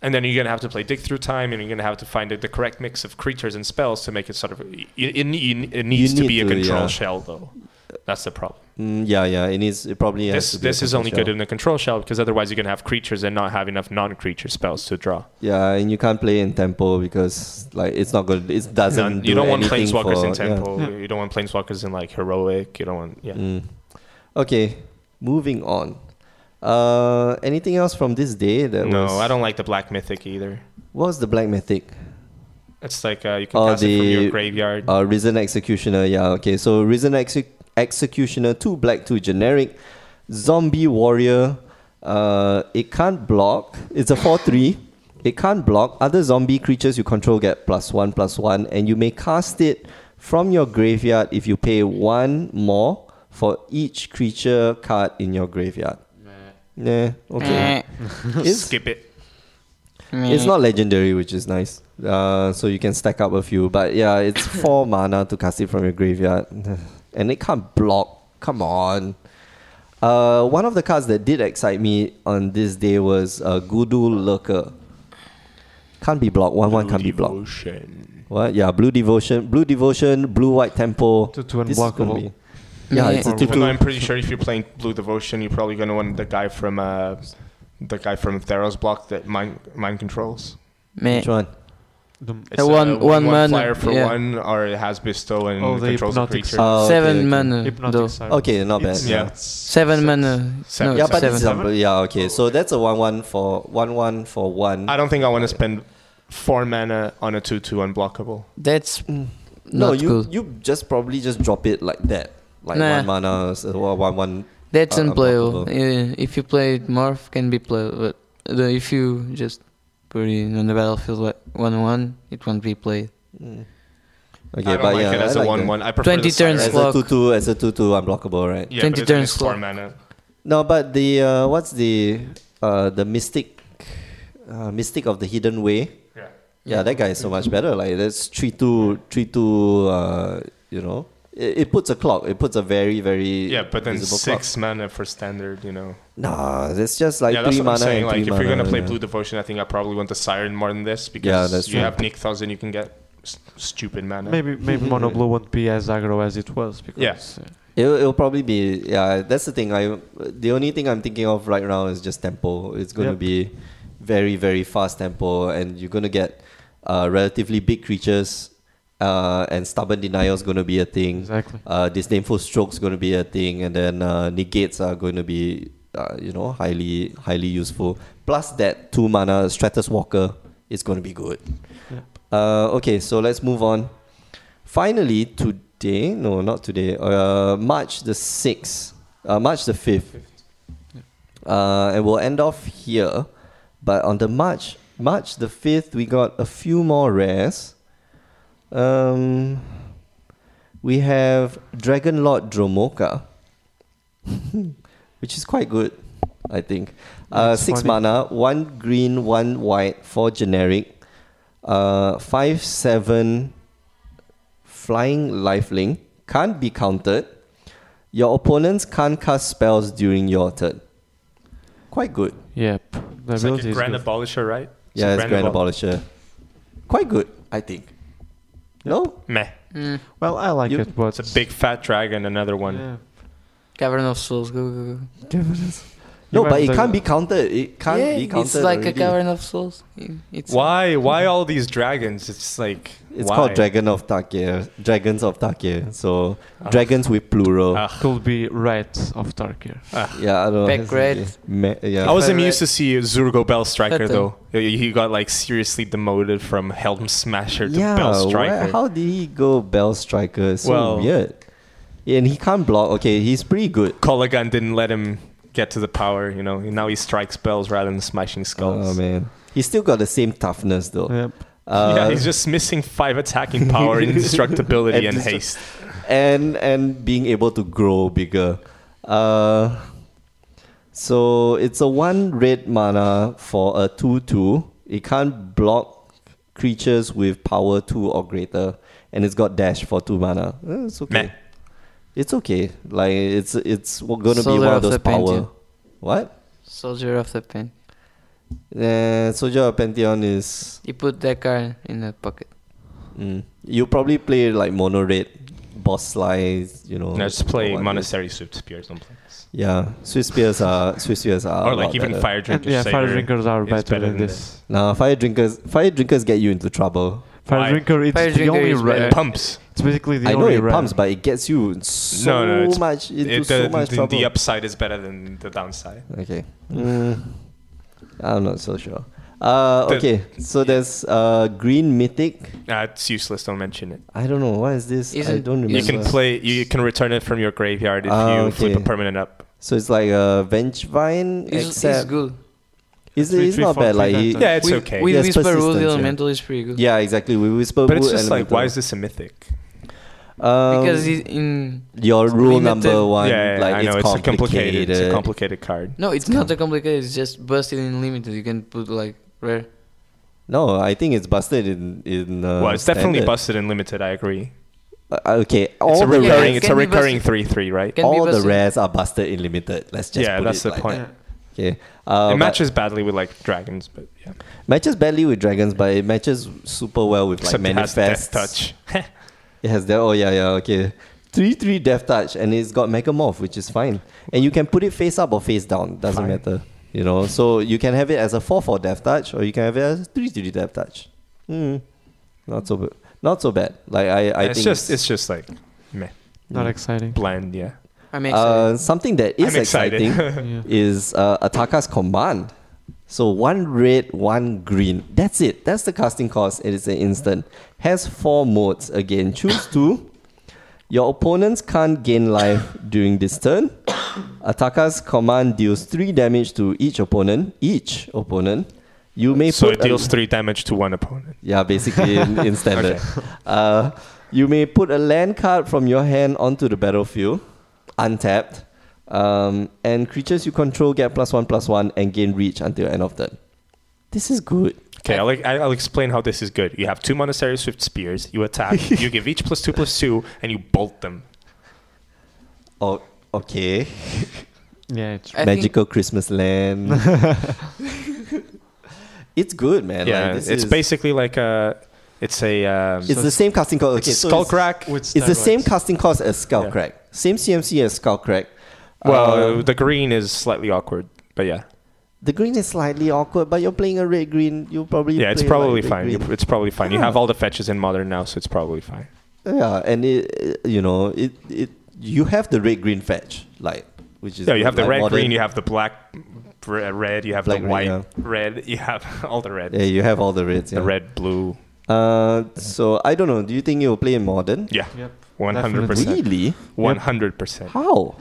and then you're gonna have to play dig through time, and you're gonna have to find the, the correct mix of creatures and spells to make it sort of. It, it, need- it needs to need be a to, control yeah. shell, though. That's the problem. Mm, yeah, yeah. It needs. It probably has this to be a this is control only shell. good in the control shell because otherwise you're gonna have creatures and not have enough non-creature spells to draw. Yeah, and you can't play in tempo because like it's not good. It doesn't. No, do you don't want anything planeswalkers for, in yeah. tempo. Yeah. You don't want planeswalkers in like heroic. You don't want yeah. Mm. Okay, moving on. Uh, anything else from this day that no, was? I don't like the black mythic either. What was the black mythic? It's like uh, you can Oh, cast it from the- your graveyard. Uh, Risen Executioner, yeah, okay. So Risen Exe- Executioner, 2 black, 2 generic. Zombie Warrior, uh, it can't block. It's a 4 3. It can't block. Other zombie creatures you control get plus 1, plus 1, and you may cast it from your graveyard if you pay 1 more for each creature card in your graveyard. Nah, okay. It's- Skip it. Mm-hmm. it's not legendary, which is nice. Uh, so you can stack up a few. But yeah, it's four mana to cast it from your graveyard, (sighs) and it can't block. Come on. Uh, one of the cards that did excite me on this day was uh, Gudu Lurker. Can't be blocked. One one can't be blocked. What? Yeah, blue devotion, blue devotion, blue white tempo. Two- two This is gonna unblockable. be- Yeah, Yeah. it's a two Even though I'm two. pretty sure if you're playing Blue Devotion, you're probably gonna want the guy from uh, the guy from Theros block that mind mind controls. Meh. Which one? The- It's one- uh, one mana, flyer for yeah. one, or it has bestow and Oh, the controls a hypnotic creature. Uh, Oh, okay, seven okay. mana, Hypnotic though. Siren. Okay, not bad. It's- yeah. Seven mana. Seven. No, Yeah, but seven. it's a, yeah, okay. So that's a one one for one one for one. I don't think I want to spend four mana on a two-two unblockable. That's No, not you good. you just probably just drop it like that, like Nah. one mana so, or one one. That's Uh, unplayable. unblockable. Yeah, if you play it, morph can be playable, but the, if you just put it on the battlefield like one one, it won't be played. mm. Okay, I don't but like yeah, it as I a like that. one-one. I prefer 20 the Siren. turns As Slug. a two two, as a two two unblockable, right? Yeah, but 20 it's only turns four slot. mana. No, but the uh, what's the uh, the mystic uh, mystic of the hidden way? Yeah. Yeah, that guy is so much better. Like that's three two three two. Uh, you know, it, it puts a clock. It puts a very very Yeah, but then visible six mana for standard, you know. Clock. Nah, it's just like yeah, that's three what I'm mana saying. and Like, three if you're gonna mana, play yeah. Blue Devotion, I think I probably want the Siren more than this because that's you true. have Nick Thousand, you can get s- stupid mana. Maybe (laughs) maybe mono blue won't be as aggro as it was because Yeah. uh, It'll, it'll probably be yeah. That's the thing. I the only thing I'm thinking of right now is just tempo. It's going to Yep. be very very fast tempo, and you're going to get uh, relatively big creatures, uh, and stubborn denial is going to be a thing. exactly. Uh, disdainful strokes going to be a thing, and then uh, negates are going to be uh, you know highly highly useful. Plus that two mana Stratus Walker is going to be good. Yep. Uh, okay, so let's move on. Finally, today, no, not today, uh, March the 6th, uh, March the 5th. Uh, and we'll end off here. But on the March, March the 5th, we got a few more rares. Um, we have Dragon Lord Dromoka, (laughs) which is quite good, I think. Uh, It's six funny. mana, one green, one white, four generic, uh, five seven, flying lifelink can't be countered. Your opponents can't cast spells during your turn. Quite good. Yep. The it's like ability a is Grand good. Abolisher, right? Yeah, it's Grand Abol- Abolisher. Quite good, I think. No? Meh. Mm. Well, I like You- it, but It's a big fat dragon, another one. Yeah. Cavern of Souls, go go go. No, You but have it the- can't be countered. It can't yeah, be countered. it's like a already. Cavern of Souls. Mm, It's Why? Why all these dragons? It's like It's why? called Dragon of Takir. Dragons of Takir. So, dragons with plural. Ah. Could be right of Tarkir. yeah, I don't know. Back red. (laughs) Me- yeah. I was Favorite- amused to see Zurgo Bell Striker Fatal. though. He he got like seriously demoted from Helm Smasher to yeah, Bell why- Striker. how did he go Bell Striker? It's So Well- weird. And he can't block. Okay, he's pretty good. Colligan didn't let him get to the power. You know, now he strikes bells rather than smashing skulls. Oh man, he's still got the same toughness though. Yep. Uh, (laughs) yeah, he's just missing five attacking power, (laughs) indestructibility, And and destru- haste. and and being able to grow bigger. Uh, so it's a one red mana for a two two. It can't block creatures with power two or greater, and it's got dash for two mana. Eh, It's okay. Meh. It's okay. Like it's it's gonna be Soldier one of of those the Pantheon. power. What? Soldier of the Pen. Uh, Soldier of Pantheon is You put that card in the pocket. Mm. You probably play like mono red, boss slice, you know. No, just play or what- monastery soup spears on place. Yeah, Swiss spears are Swiss spears are. or Oh, a like lot even better. fire And drinkers. yeah, fire Saber drinkers are is better, than this. Nah, fire drinkers. Fire drinkers get you into trouble. Fire Why? drinker, it's Fire the drinker only is It rare. better. pumps. It's basically the I know only it rare. pumps, but it gets you in so No, no, it's- much into It- so the, much the- trouble. the upside is better than the downside. Okay. Mm, I'm not so sure. Uh, The- okay, so there's uh, Green Mythic. Uh, it's useless. Don't mention it. I don't know what is this. I Isn't- don't remember. You can play. You can return it from your graveyard if Ah, you flip okay. a permanent up. So it's like a Vengevine, It's, it's except good. it's, Three, it's three, not four, bad. three, Like that he, type. Yeah, it's With- okay. With Yes, Whisper Wood persistence, yeah. Elemental is pretty good. yeah, exactly. We whisper. But it's Wood just like, Elemental. why is this a mythic? Um, Because it, in your rule limited- number one, yeah, yeah, like I know it's, it's, a complicated. complicated. It's a complicated card. no, it's not that complicated. It's just busted in limited. You can put like rare. no, I think it's busted in in. Uh, well, it's definitely standard. busted and limited. I agree. Uh, okay, It's all a the Yeah, recurring. rares, it it's a can be recurring busted. three three, right? It can be all the busted. rares are busted in limited. Let's just Yeah, put that's it the like point. that. Okay, uh, it but- matches badly with like dragons, but yeah. matches badly with dragons, but it matches super well with like Except it has manifest death touch. It has that. Oh yeah, yeah. Okay, three three death touch, and it's got megamorph, which is fine. And you can put it face up or face down. Doesn't Fine. matter. You know, so you can have it as a four four death touch, or you can have it as a three three death touch. Hmm, not so bad. Not so bad. Like I, I it's think just it's just like (laughs) Not exciting. bland, yeah. I'm uh, excited. something that is I'm excited. exciting (laughs) Yeah. is uh, Ataka's command. So one red, one green. That's it. That's the casting cost. It is an instant. Has four modes again. Choose two. Your opponents can't gain life during this turn. Ataka's command deals three damage to each opponent. Each opponent. You may so put it deals a, three damage to one opponent. yeah, basically in, (laughs) in standard. Uh, you may put a land card from your hand onto the battlefield, untapped, um, and creatures you control get plus one plus one and gain reach until end of turn. This is good. Okay, I'll, I- I'll explain how this is good. You have two Monastery Swift spears. You (laughs) attack. you give each plus two plus two, and you bolt them. Oh, okay. Yeah, it's I think- Magical Christmas (laughs) land. (laughs) it's good, man. yeah, like, this it's is- basically like a. It's a. Um, It's the same casting cost. Okay, it's so it's, Skullcrack. with it's the same steroids. casting cost as Skullcrack. Same CMC as Skullcrack. Uh, well, Um, the green is slightly awkward, but yeah, The green is slightly awkward, but you're playing a red green. You'll probably yeah, it's play probably like red fine. You- green. It's probably fine. You Yeah. have all the fetches in modern now, so it's probably fine. Yeah, and it you know it it you have the red green fetch like which is No, you have the like red, modern- green, you have the black, r- red, you have Black, the green, white, yeah. red, (laughs) you have all the red, Yeah, you have all the reds. the Yeah. red, blue. Uh, so I don't know. Do you think you'll play in modern? Yeah, Yep. one hundred percent, Really? one hundred percent. How?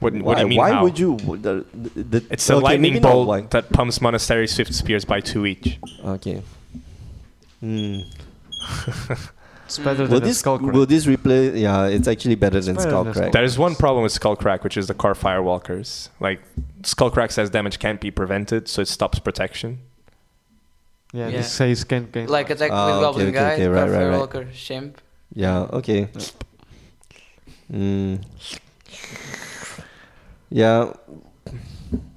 What why what do you mean? why how? would you? The, the, the- It's a okay, maybe lightning not bolt why. that pumps monastery swift spears by two each. Okay. Hmm. Mm. It's better Will than a this skull will this replay? Yeah, it's actually better than better than Skullcrack. Skull- There is one problem with Skullcrack, which is the core firewalkers. Like Skullcrack says, damage can't be prevented, so it stops protection. Yeah, Yeah. this says can can. like attack Ah, with okay, Goblin okay, Guy, okay, right, right, right. Walker, Shemp. Yeah. Okay. Hmm. Yeah,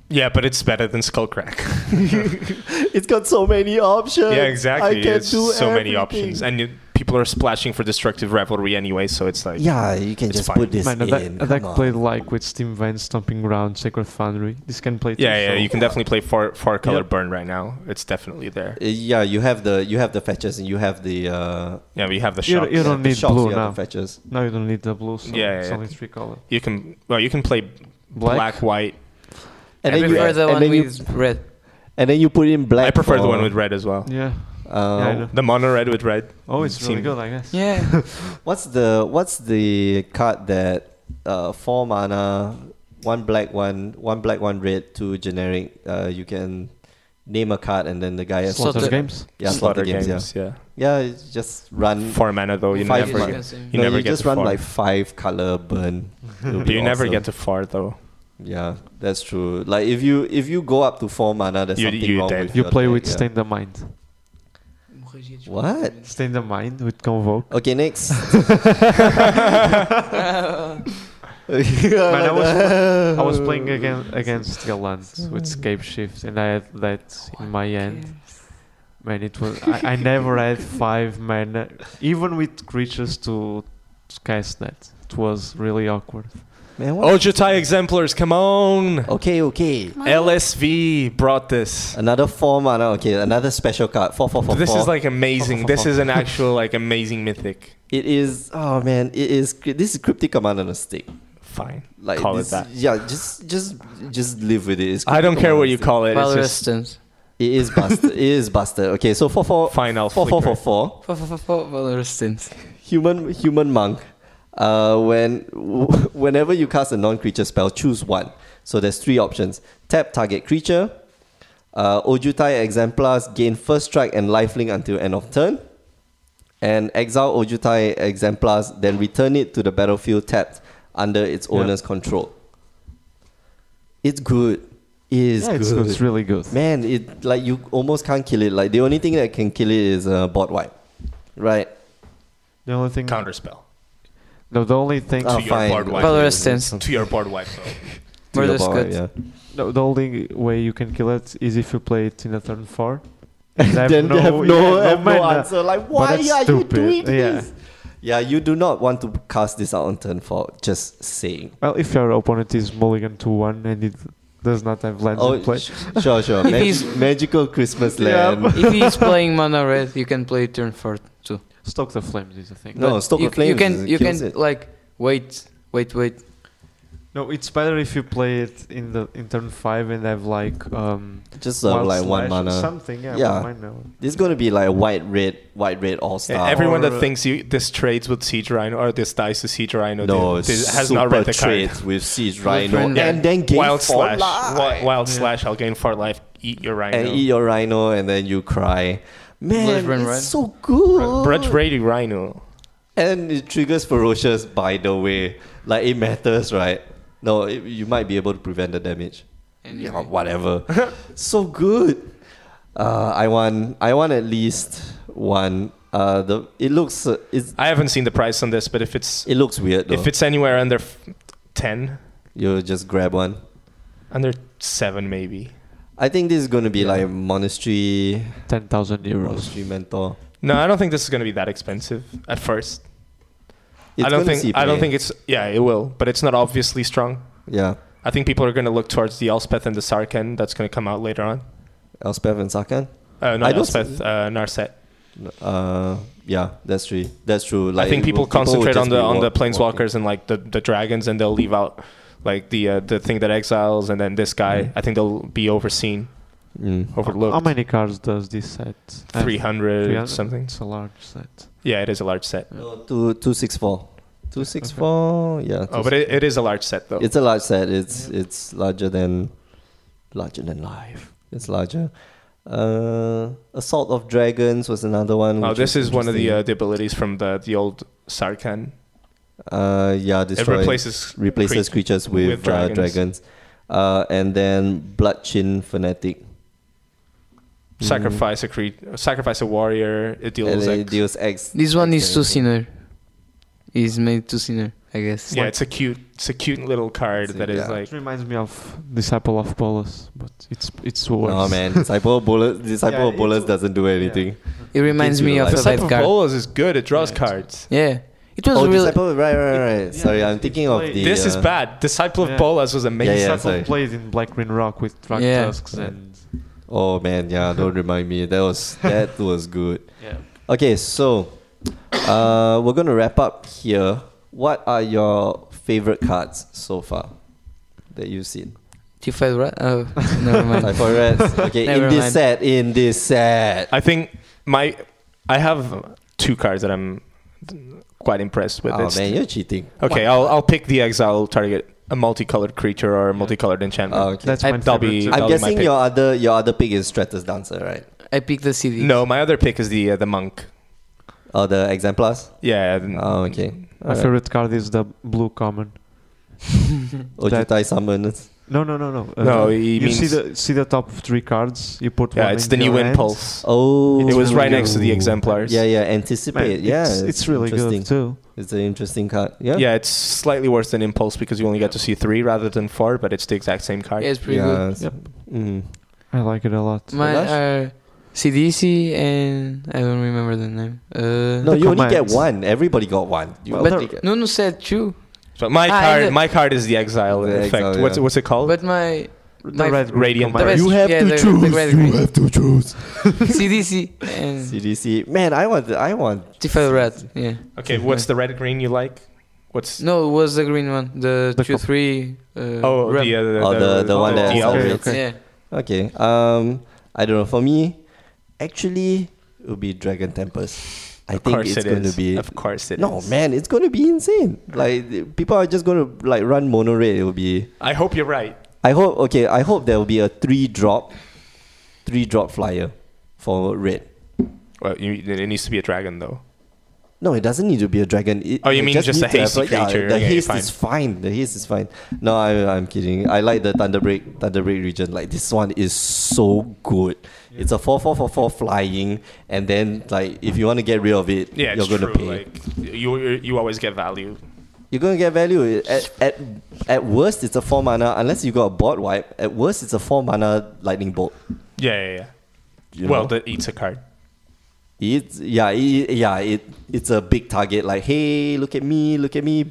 Yeah, but it's better than Skullcrack. (laughs) it's got so many options. yeah, I exactly. can It's do so many everything. options, and you, people are splashing for destructive revelry anyway, so it's like Yeah, you can It's just fine. put this Man, in. attack, attack come on. played like with Steam Vine, Stomping Ground, Sacred Foundry. This can play. too, Yeah, yeah, so- you can definitely play four four color Yep. burn right now. It's definitely there. Uh, Yeah, you have the you have the fetches and you have the uh, Yeah, we have the You- shop. you yeah, don't the need shocks, blue you have the now. fetches. No, you don't need the blue. So Yeah, it's yeah. only three color. You can well, you can play black, Black. white. And I then, you, prefer the and, one then you, with red. and then you put in black. I prefer the for, one with red as well. Yeah. uh, Yeah, I know. The mono red with red. Oh, it's really Seem- good, I guess. (laughs) Yeah. What's the what's the card that uh, four mana, one black one, one black one red, two generic. Uh, you can name a card and then the guy has Slaughter Slaughter- games. yeah slaughter Slaughter games, yeah. yeah yeah it's just run Four mana though, you Five never mana. get, Yeah. you no, never you get just to run four. like five color (laughs) burn. It'll be you never awesome. get to far though. Yeah, that's true. Like if you if you go up to four mana, there's You- something you wrong dead. with You your play deck, with yeah. Stain the Mind. (laughs) What? Stain the Mind with Convoke. Okay, next. (laughs) Man, I was, I (laughs) was playing against, against Galant with Scape Shift, and I had that in my hand. Man, it was I, I never had five mana, even with creatures to, to cast that. It was really awkward. Man, what? Oh. Oh Jutai exemplars, come on. Oh, Okay, okay. LSV brought this. Another four mana. Okay, another special card. Four, four, four, This four. is like amazing. This is an actual like amazing mythic. it is. Oh man, it is. cr- This is cryptic command on a stick. Fine. Like Call it this, that. Yeah, just just just live with it. It's I don't Cryptic care Command what on a you Stick. call it. It's just Valorous It is busted. it is busted. Okay, so four four Final four four four four. For, for, for, for Valorant. human human monk. Uh, when (laughs) whenever you cast a non-creature spell, choose one. So there's three options: tap target creature, uh, Ojutai exemplars gain first strike and lifelink until end of turn, and exile Ojutai exemplars, then return it to the battlefield tapped under its Yeah. owner's control. It's good. It is yeah, it's, good. it's really good. Man, it like you almost can't kill it. Like the only thing that can kill it is a uh, bot wipe, right? The only thing. Counter spell No, the only thing. Oh. Ah, To your barbed wire. Valorant stance. to your board wipe. Though. To your Murder's bot wipe, Cut. yeah. No, the only way you can kill it is if you play it in a turn four. (laughs) then you have no, yeah, have no mana. answer. Like, why that's are stupid. you doing Yeah. this? Yeah, you do not want to cast this out on turn four. Just saying. Well, if your opponent is Mulligan to one and it does not have lands in play, Oh, sh- sure, sure. (laughs) If Mag- he's- magical Christmas Yeah. (laughs) land. if he's playing mana red, you can play turn four too. Stoke the Flames is a thing. No, But Stoke you, of Flames You can you kills can it. like wait, wait, wait. No, it's better if you play it in the in turn five and have like um Just sort of wild like one slash or mana. something. Yeah, Yeah. One mana. This is gonna be like a white red, white red all Yeah, star. E-, Everyone Or- that thinks you this trades with Siege Rhino or this dies to Siege Rhino no, this, this has super not read the card. trades with siege rhino, friend- and then gain wild four slash, life. Wi- wild slash. I'll gain four life. Eat your rhino. and eat your rhino, and then you cry. Man, Blood Run it's Run. so good. Brad Brady Rhino. And it triggers ferocious, by the way. Like it matters, right? No, it, you might be able to prevent the damage. Anyway. Yeah, whatever. (laughs) so good. Uh, I want. I want at least one. Uh, the it looks. Uh, it's, I haven't seen the price on this, but if it's it looks weird though. if it's anywhere under f- ten, you just grab one. under seven maybe. I think this is gonna be Yeah. like monastery, Ten thousand euros. monastery mentor. No, I don't think this is going to be that expensive at first. I don't gonna see think. I don't play. think it's. Yeah, it will, but it's not obviously strong. Yeah, I think people are going to look towards the Elspeth and the Sarken that's going to come out later on. Elspeth and Sakan. Uh, I not don't Elspeth, uh, Narset. Uh, yeah, that's true. That's true. Like I think it people will- will concentrate just on the be on the walk- walking. planeswalkers and like the, the dragons, and they'll leave out like the uh, the thing that exiles, and then this guy. Mm-hmm. I think they'll be overseen, Mm. overlooked. How many cards does this set? have? 300 something. It's a large set. Yeah, it is a large set. No, two two six four. Two six four. Yeah. Oh, two but it, it is a large set though. It's a large set. It's it's larger than larger than life. It's larger. Uh, Assault of Dragons was another one. oh, which this was is one of the uh, interesting. the abilities from the the old Sarkhan. uh yeah It destroy replaces replaces crea- creatures with, with uh, dragons. dragons. Uh, and then Bloodchin Fanatic. sacrifice a cre- sacrifice a warrior. It Mm-hmm. And deals then it X. deals X. This one is too Exactly. sinner. He's made too sinner, I guess. yeah, it's a cute it's a cute little card It's a- that is yeah. like It reminds me of Disciple of Polus, but it's it's worse. No Oh, man, disciple of (laughs) bullets. Disciple Yeah, of bullets it's- doesn't do anything. It reminds Gives you me the life. of a Disciple bad of card. Bolas is good. It draws Yeah, it's- cards. Yeah, it was Oh, really. disciple. Right, right, right. yeah, Sorry, I'm it's thinking of like- the. This is uh, bad. Disciple of Yeah. Bolas was amazing. Yeah, Disciple sorry. plays in Black Green Rock with Drag Yeah. Tusks Yeah. and Oh man, yeah, don't remind me. That was that was good. yeah. Okay, so uh, we're gonna wrap up here. What are your favorite cards so far that you've seen? Tifa, right? Oh, never (laughs) mind. Typhoid Rats. Okay, in Never this mind. set, in this set. I think my I have two cards that I'm quite impressed with. oh It's- man, you're cheating. okay, I'll I'll pick the exile target, a multicolored creature or a multicolored enchantment. Oh, okay. That's I- my that'll favorite be- too. I'll I'm be my guessing pick. your other your other pick is Stratus Dancer, right? I picked the CD. no, my other pick is the uh, the monk. Or the exemplars. Yeah. Oh, okay. My favorite card is the blue common. that- Ojutai Summoners. No, no, no, no. No, he you see means- the see the top three cards. You put Yeah, one. it's in the new your hand. impulse. Oh, It was right really next to the good. exemplars. Yeah, yeah. Man, Anticipate. yeah, it's, it's really interesting. good too. It's an interesting card. Yeah. Yeah, it's slightly worse than impulse because you only get to see three rather than four, but it's the exact same card. Yeah, it's pretty Yeah, good. it's- Yep. Mm. I like it a lot. Mine Lush? are CDC and I don't remember the name. Uh, No, The you only get commands. one. Everybody got one. You Well, only there- get- Nuno said two, But my Ah, card, the- my card is the exile The in effect. exile, What's yeah. what's it called? but my the my- red green Radiant the Right. best, You yeah, the, The red green. Mm. to choose. CDC and CDC. Man, I want. I want. Tifa Rat. Yeah. okay, what's the red green you like? What's No, it was the green one. The, The two co- three. Uh, oh ram. the, uh, Oh, the- the one that DL rates. accelerates. Okay. yeah. Okay. Um, I don't know. For me, actually, it would be Dragon Tempest. I Of think course it's it going is. to be. Of course it no is. man, it's going to be insane. Like the- people are just going to like run mono red. It will be. I hope you're right. I hope okay. I hope there will be a three drop, three drop flyer for red. Well, you, it needs to be a dragon though. No, it doesn't need to be a dragon. It, Oh, you it mean just needs a to have, hasty like, yeah, creature. the Okay, haste fine. is fine. The haste is fine. No, I, I'm kidding. I like the Thunderbreak Thunderbreak region. Like this one is so good. It's a four four four four flying, and then like if you want to get rid of it, Yeah, you're it's gonna true. pay. Like you, you, you always get value. you're gonna get value. At, at at worst, it's a four mana. Unless you got a board wipe, at worst it's a four mana lightning bolt. Yeah, yeah, yeah. you well, know? that eats a card. It's yeah, it, yeah. It it's a big target. Like, hey, look at me, look at me.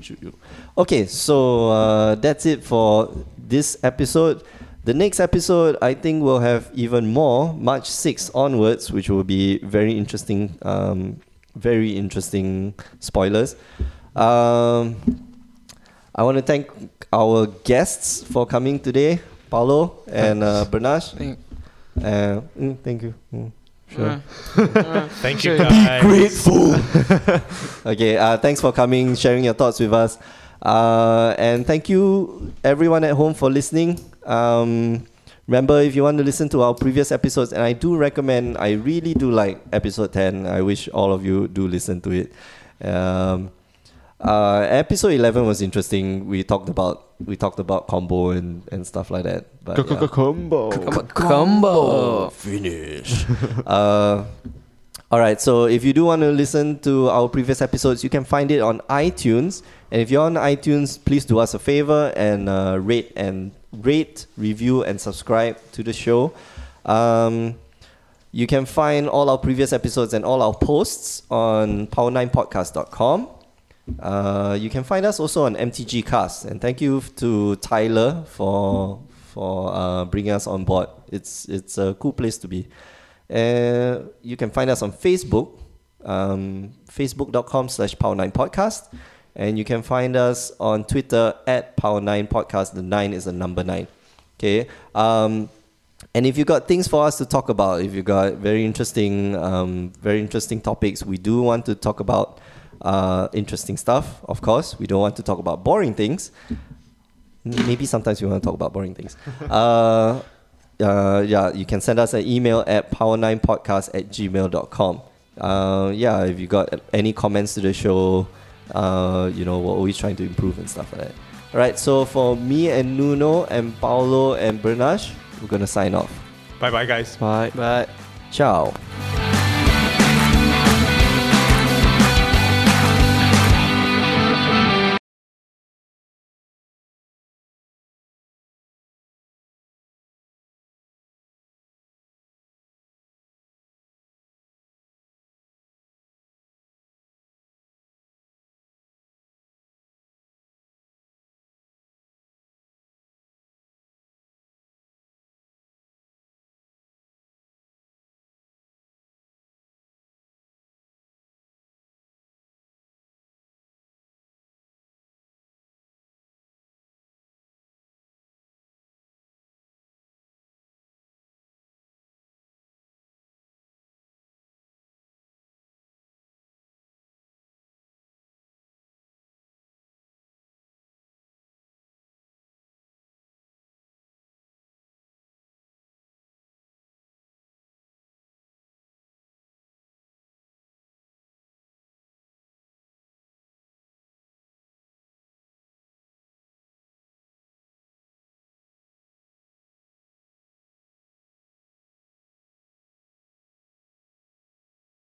Shoot you. Okay, so uh, that's it for this episode. The next episode, I think, will have even more March 6th onwards, which will be very interesting. Um, very interesting spoilers. Um, I want to thank our guests for coming today, Paulo and uh, Bernash. Thank- Uh, mm, thank you. Mm, sure. Uh, uh, (laughs) Thank you, sure. guys. grateful. okay, uh, thanks for coming, sharing your thoughts with us. Uh, and thank you, everyone at home, for listening. Um, remember, if you want to listen to our previous episodes, and I do recommend, I really do like episode 10. I wish all of you do listen to it. Um, uh, episode 11 was interesting. We talked about we talked about combo and, and stuff like that. But yeah. Come on, combo. Finish. (laughs) uh, all right. So if you do want to listen to our previous episodes, you can find it on iTunes. And if you're on iTunes, please do us a favor and uh, rate and rate, review, and subscribe to the show. Um, you can find all our previous episodes and all our posts on power9podcast.com. Uh, you can find us also on MTG Cast, and thank you f- to Tyler for for uh, bringing us on board. It's it's a cool place to be. Uh, you can find us on Facebook, um, facebook.com slash power9podcast, and you can find us on Twitter at power9podcast. The nine is a number nine. Okay. Um, and if you got things for us to talk about, if you got very interesting, um, very interesting topics, we do want to talk about uh, interesting stuff. Of course, we don't want to talk about boring things. M- Maybe sometimes we want to talk about boring things. Uh, uh, yeah, you can send us an email at power9podcast at gmail.com. Uh, yeah, if you got any comments to the show, uh, you know, we're always trying to improve and stuff like that. All right, so for me and Nuno and Paolo and Bernash, we're going to sign off. Bye, bye, guys. Bye. But Ciao.